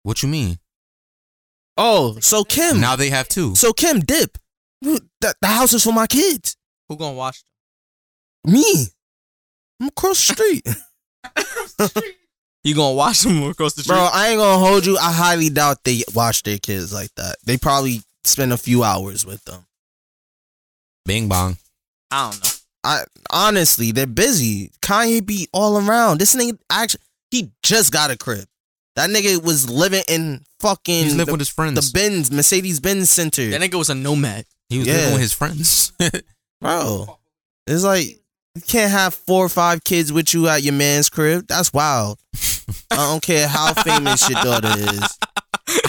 What you mean? oh, so Kim. Now they have two. So Kim, dip. You, the, the house is for my kids. who gonna watch? Me. I'm across the street. You gonna watch them across the street? Bro, I ain't gonna hold you. I highly doubt they watch their kids like that. They probably spend a few hours with them. Bing bong. I don't know. I honestly, they're busy. Kanye be all around. This nigga actually he just got a crib. That nigga was living in fucking He's living the, with his friends. the Benz, Mercedes Benz Center. That nigga was a nomad. he was Yeah. living with his friends. Bro, it's like you can't have four or five kids with you at your man's crib. That's [LAUGHS] wild. I don't care how famous your daughter is.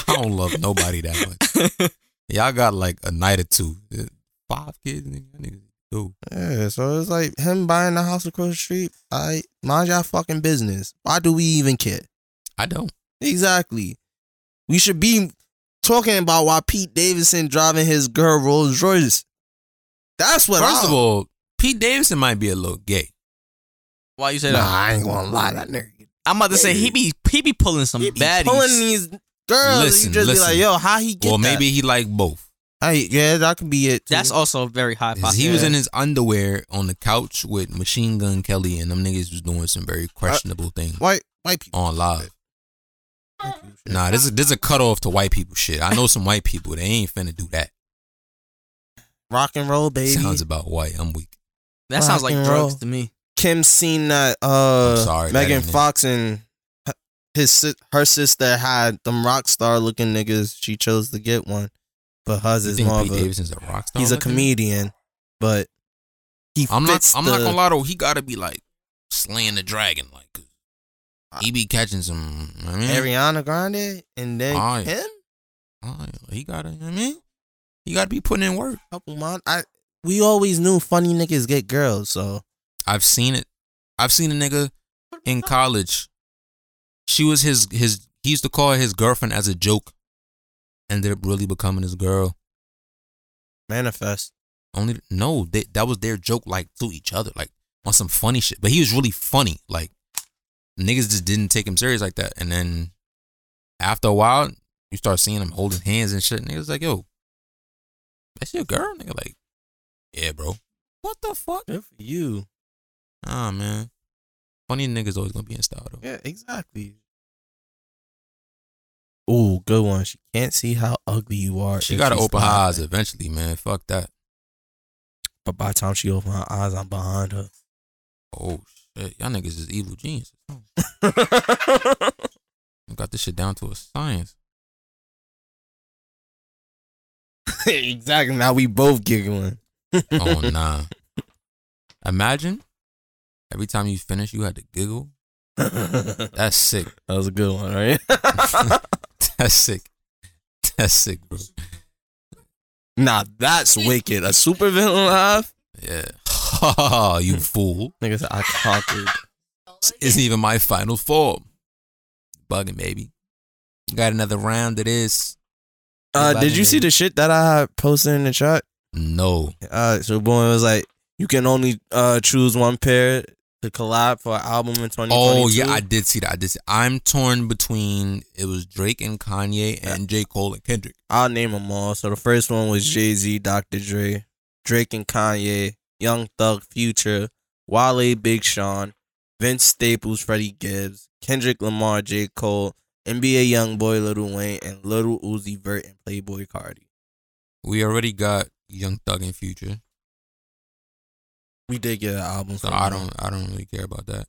I don't love nobody that much. Y'all got like a night or two. Uh, Five kids, nigga. That nigga- Dude. Yeah, so it's like him buying the house across the street. I mind y'all fucking business. Why do we even care? I don't. Exactly. We should be talking about why Pete Davidson driving his girl Rolls Royce. That's what. First I, of all, Pete Davidson might be a little gay. Why you say nah, that? I ain't gonna lie, that nigga. I'm about to say he be he be pulling some He be baddies. pulling these girls. Listen, you just listen. be like, yo, how he get Or that? maybe he like both. Hey, yeah, that could be it. too. That's also a very high. 'Cause He was possibility. in his underwear on the couch with Machine Gun Kelly, and them niggas was doing some very questionable things white white people. on live. Nah, this is this is a cutoff to white people shit. I know some white people. They ain't finna do that. rock and roll, baby. Sounds about white. I'm weak. That sounds like Rock and drugs roll. to me. Kim seen that uh I'm sorry, that Megan ain't it. Fox and h- his si- her sister had them rock star looking niggas. She chose to get one, but hers You is think more of Pete a- Davidson's a rock star? he's a looking? comedian, but he I'm not. fits I'm not the- gonna lie though. He gotta be like slaying the dragon. Like 'cause he be catching some. you know what I mean, Ariana Grande and then Alright. him. Oh, he gotta. you know what I mean, he gotta be putting in work. Couple months. I we always knew funny niggas get girls, so I've seen it. I've seen a nigga in college. She was his his. He used to call her his girlfriend as a joke. Ended up really becoming his girl. manifest. Only no, they, that was their joke, like to each other, like on some funny shit. But he was really funny. Like niggas just didn't take him serious like that. And then after a while, you start seeing him holding hands and shit. Niggas like, yo, that's your girl, nigga. Like, yeah, bro. What the fuck? Good for you. Ah man, funny niggas always gonna be in style though. Yeah, exactly. Ooh, good one. She can't see how ugly you are. She if gotta she's open her eyes laughing. eventually, man. Fuck that. But by the time she opened her eyes, I'm behind [LAUGHS] her. Oh shit, y'all niggas is evil geniuses. Oh, you got this shit down to a science. exactly. Now we both giggling. [LAUGHS] Oh nah. Imagine every time you finish, you had to giggle. that That's sick. was a good one, right? [LAUGHS] That's sick. That's sick, bro. nah, that's wicked. A supervillain laugh? Yeah. [LAUGHS] you fool. Niggas, I conquered. This isn't even my final form. Bugging, baby. You got another round of this. Uh, did you see the shit that I had posted in the chat? No. Uh, so boy was like, you can only uh choose one pair to collab for an album in 2022. Oh yeah, I did see that. I did. See, I'm torn between it was Drake and Kanye and J Cole and Kendrick. I'll name them all. So the first one was Jay Z, Dr. Dre, Drake and Kanye, Young Thug, Future, Wale, Big Sean, Vince Staples, Freddie Gibbs, Kendrick Lamar, J. Cole, NBA YoungBoy, Little Wayne, and Little Uzi Vert and Playboy Cardi. We already got Young Thug and Future, We did get an album. so from I them. don't. I don't really care about that.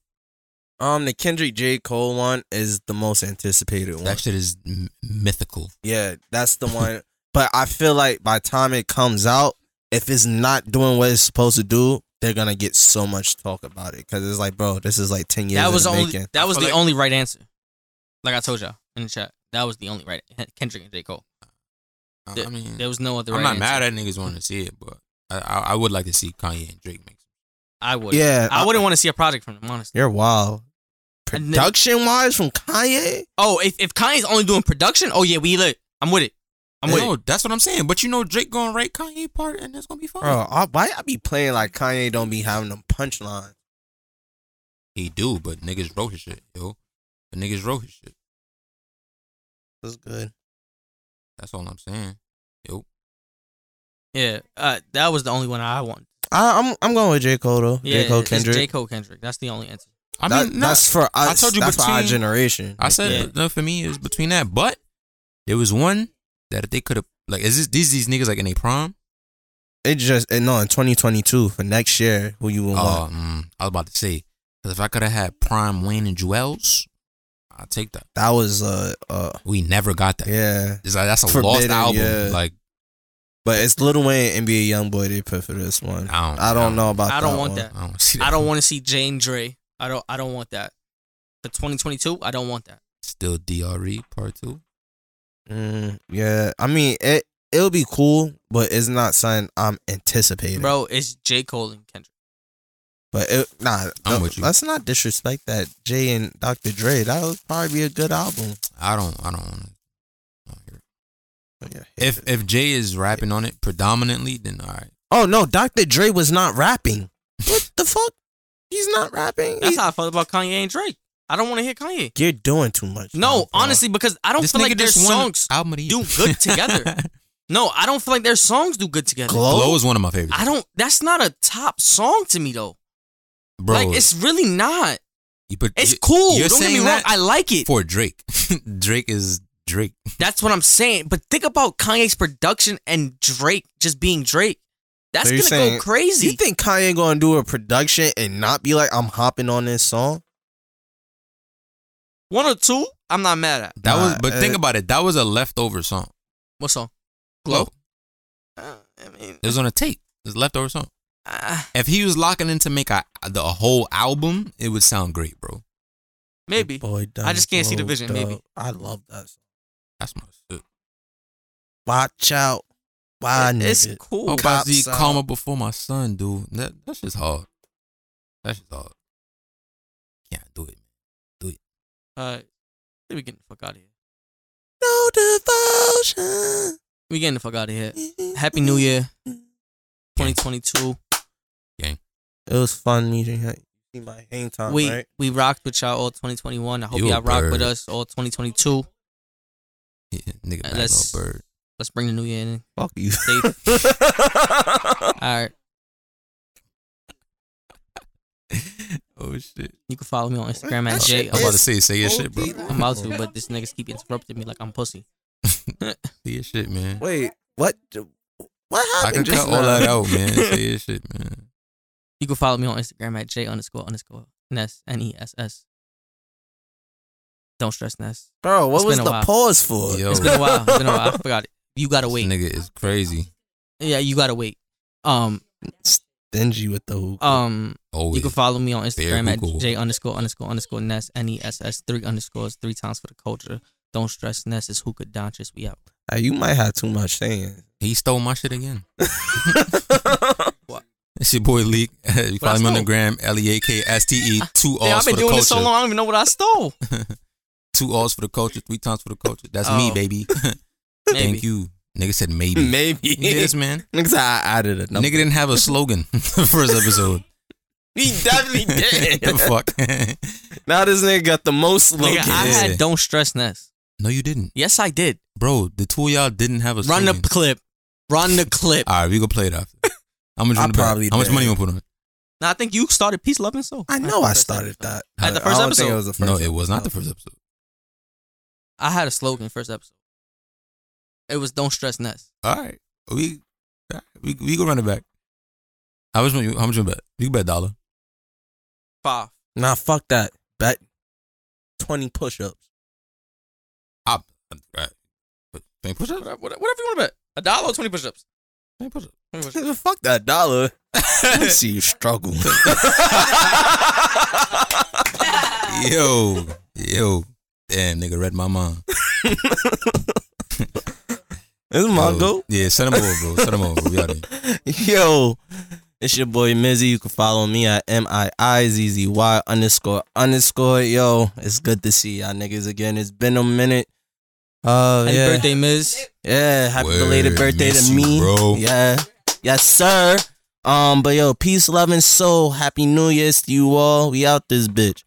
Um, the Kendrick J. Cole one is the most anticipated one. That shit is m- mythical. Yeah, that's the one. but I feel like by the time it comes out, if it's not doing what it's supposed to do, they're gonna get so much talk about it because it's like, bro, this is like ten years. That was in the the only. making. That was I the feel like- only right answer. Like I told y'all in the chat, that was the only right. Kendrick and J Cole. I- The- Uh, I mean, There was no other. I'm right not answer. mad at niggas wanting to see it, but I, I, I would like to see Kanye and Drake mix. I would. Yeah, I I- wouldn't want to see a project from them, honestly. You're wild. I never- Production wise, from Kanye, Oh, if if Kanye's only doing production, oh yeah, we look. I'm with it. I'm with no, it. that's what I'm saying. But you know, Drake gonna write Kanye part, and that's gonna be fine. bro, I, why I be playing like Kanye don't be having them punchline? He do, but niggas wrote his shit, yo. But niggas wrote his shit. That's good. That's all I'm saying. Yeah, uh, that was the only one I want. I, I'm I'm going with J Cole though. Yeah, J Cole it's Kendrick. J Cole Kendrick. That's the only answer. I That- mean, no, that's for us. I told you that's for our between- generation. I said Yeah. no for me is between that, but there was one that they could have like is this these these niggas like in a prom? It just and no in 2022 for next year who you will Oh, want. mm, I was about to say because if I could have had prime Wayne and Jewels, I'll take that. That was uh uh We never got that. yeah. It's like, that's a lost Forbidden, album. yeah. Like But it's Little Wayne and NBA YoungBoy they put for this one. I don't, I don't know about. I don't that want one. that. I don't see that. I don't want to see Jane Dre. I don't. I don't want that. For 2022, I don't want that. still Dre part two. Mm, yeah, I mean it. It'll be cool, but it's not something I'm anticipating. Bro, it's J Cole and Kendrick. But it, nah, I'm no, with you. let's not disrespect that Jay and Dr. Dre. That would probably be a good album. I don't. I don't want to. But Oh, yeah. If if Jay is rapping on it predominantly, then all right. oh no, Dr. Dre was not rapping. What the fuck? He's not rapping. That's He- how I felt about Kanye and Drake. I don't want to hear Kanye. you're doing too much. No, bro. honestly, because I don't feel like their won songs. album of the year. do [LAUGHS] good together. No, I don't feel like their songs do good together. Glow? Glow is one of my favorites. I don't. That's not a top song to me though. Bro, Like it's really not. you put- It's you- cool. You're don't get saying me wrong. that I like it. for Drake. [LAUGHS] Drake is Drake. That's what I'm saying. But think about Kanye's production and Drake just being Drake. That's So you're gonna saying- go crazy. You think Kanye gonna do a production and not be like, I'm hopping on this song? One or two, I'm not mad at. That was, Nah, but think uh, about it. That was a leftover song. What song? Glow. Uh, I mean, It was on a tape. It was a leftover song. uh, If he was locking in to make a the a whole album, it would sound great, bro. maybe. Boy, I just can't see the vision, blowed maybe. up. I love that. Song. That's my shit. Watch out, why It- it's nigga? cool. Oh, about the Cops out. karma before my son, dude. That that's just hard. That's just hard. Can't do it. Uh, we getting the fuck out of here. No devotion. We getting the fuck out of here. Happy New Year, 2022. It was fun meeting you. See my hang time, we right? we rocked with y'all all 2021. I hope You a y'all rock with bird. us all 2022. Yeah, [LAUGHS] nigga, Uh, back no let's- bird. Let's bring the new year in. Fuck you. [LAUGHS] Stay- all right. [LAUGHS] Oh shit! You can follow me on Instagram at That J. shit I'm about to It's say, say your shit, bro. OD. I'm about to, but this niggas keep interrupting me like I'm pussy. Say your shit, man. Wait, what? the- What I happened? can cut just all now? that out, [LAUGHS] [LAUGHS] man. Say your shit, man. You can follow me on Instagram at J underscore underscore Ness N E S S. Don't stress Ness. bro. What It's was been a the while. pause for? Yo. It's been a while. It's been a [LAUGHS] while. I forgot it. You gotta This Oh, wait. nigga is crazy. Yeah, you gotta wait. Um, Stingy with the hook. um, Always. you can follow me on Instagram Google. at J underscore underscore underscore Ness N E S S three underscores three times for the culture. Don't stress Ness is hookah donches. We out. Uh, you might have too much saying. He stole my shit again. [LAUGHS] It's your boy Leak. [LAUGHS] you I follow me on the stole? gram, L E A K S T E, two Damn, R's I've for been the doing culture. this so long I don't even know what I stole. Two R's for the culture, three times for the culture. That's me, Oh. [LAUGHS] baby. Maybe. [LAUGHS] Thank you. Nigga said maybe. [LAUGHS] Maybe. You hear this, man. Niggas, I added a number. Nigga didn't have a slogan [LAUGHS] the [LAUGHS] first episode. He [LAUGHS] [LAUGHS] definitely the fuck? [LAUGHS] now this nigga got the most Nigga, slogans. I Yeah. had don't stress Ness. no, you didn't. Yes, I did. Bro, the two of y'all didn't have a Run slogan. the clip. Run the clip. All right, we gonna play it after. How [LAUGHS] much, I you wanna bet? probably How much did. money you gonna put on it? Now I think you started peace, love, and soul. I know I started that. At the I first don't episode. Think it was the first no, it was not the first episode. I had a slogan first episode. It was "Don't stress nuts." All right, we all right, we we gonna run it back. How much money? How much you bet? You can bet a dollar. Five. Nah, fuck that. Bet 20 push ups. I, all right. But twenty push ups. Whatever, whatever you want to bet. A dollar or twenty push-ups. Twenty push ups. [LAUGHS] [LAUGHS] [LAUGHS] fuck that dollar. [LAUGHS] I see you struggle. Yo, yo, damn nigga, read my mind. This is my Yo. goat. [LAUGHS] Yeah, send him over, bro. Send him over. We out here. Yo, it's your boy Mizzy. You can follow me at M I I Z Z Y underscore underscore. Yo, it's good to see y'all niggas again. It's been a minute. Oh, Happy yeah. birthday, Miz. Yeah, happy belated Word, birthday miss to you, me. bro. Yeah. Yes, sir. Um, but yo, peace, love, and soul. Happy New Year's to you all. We out this bitch.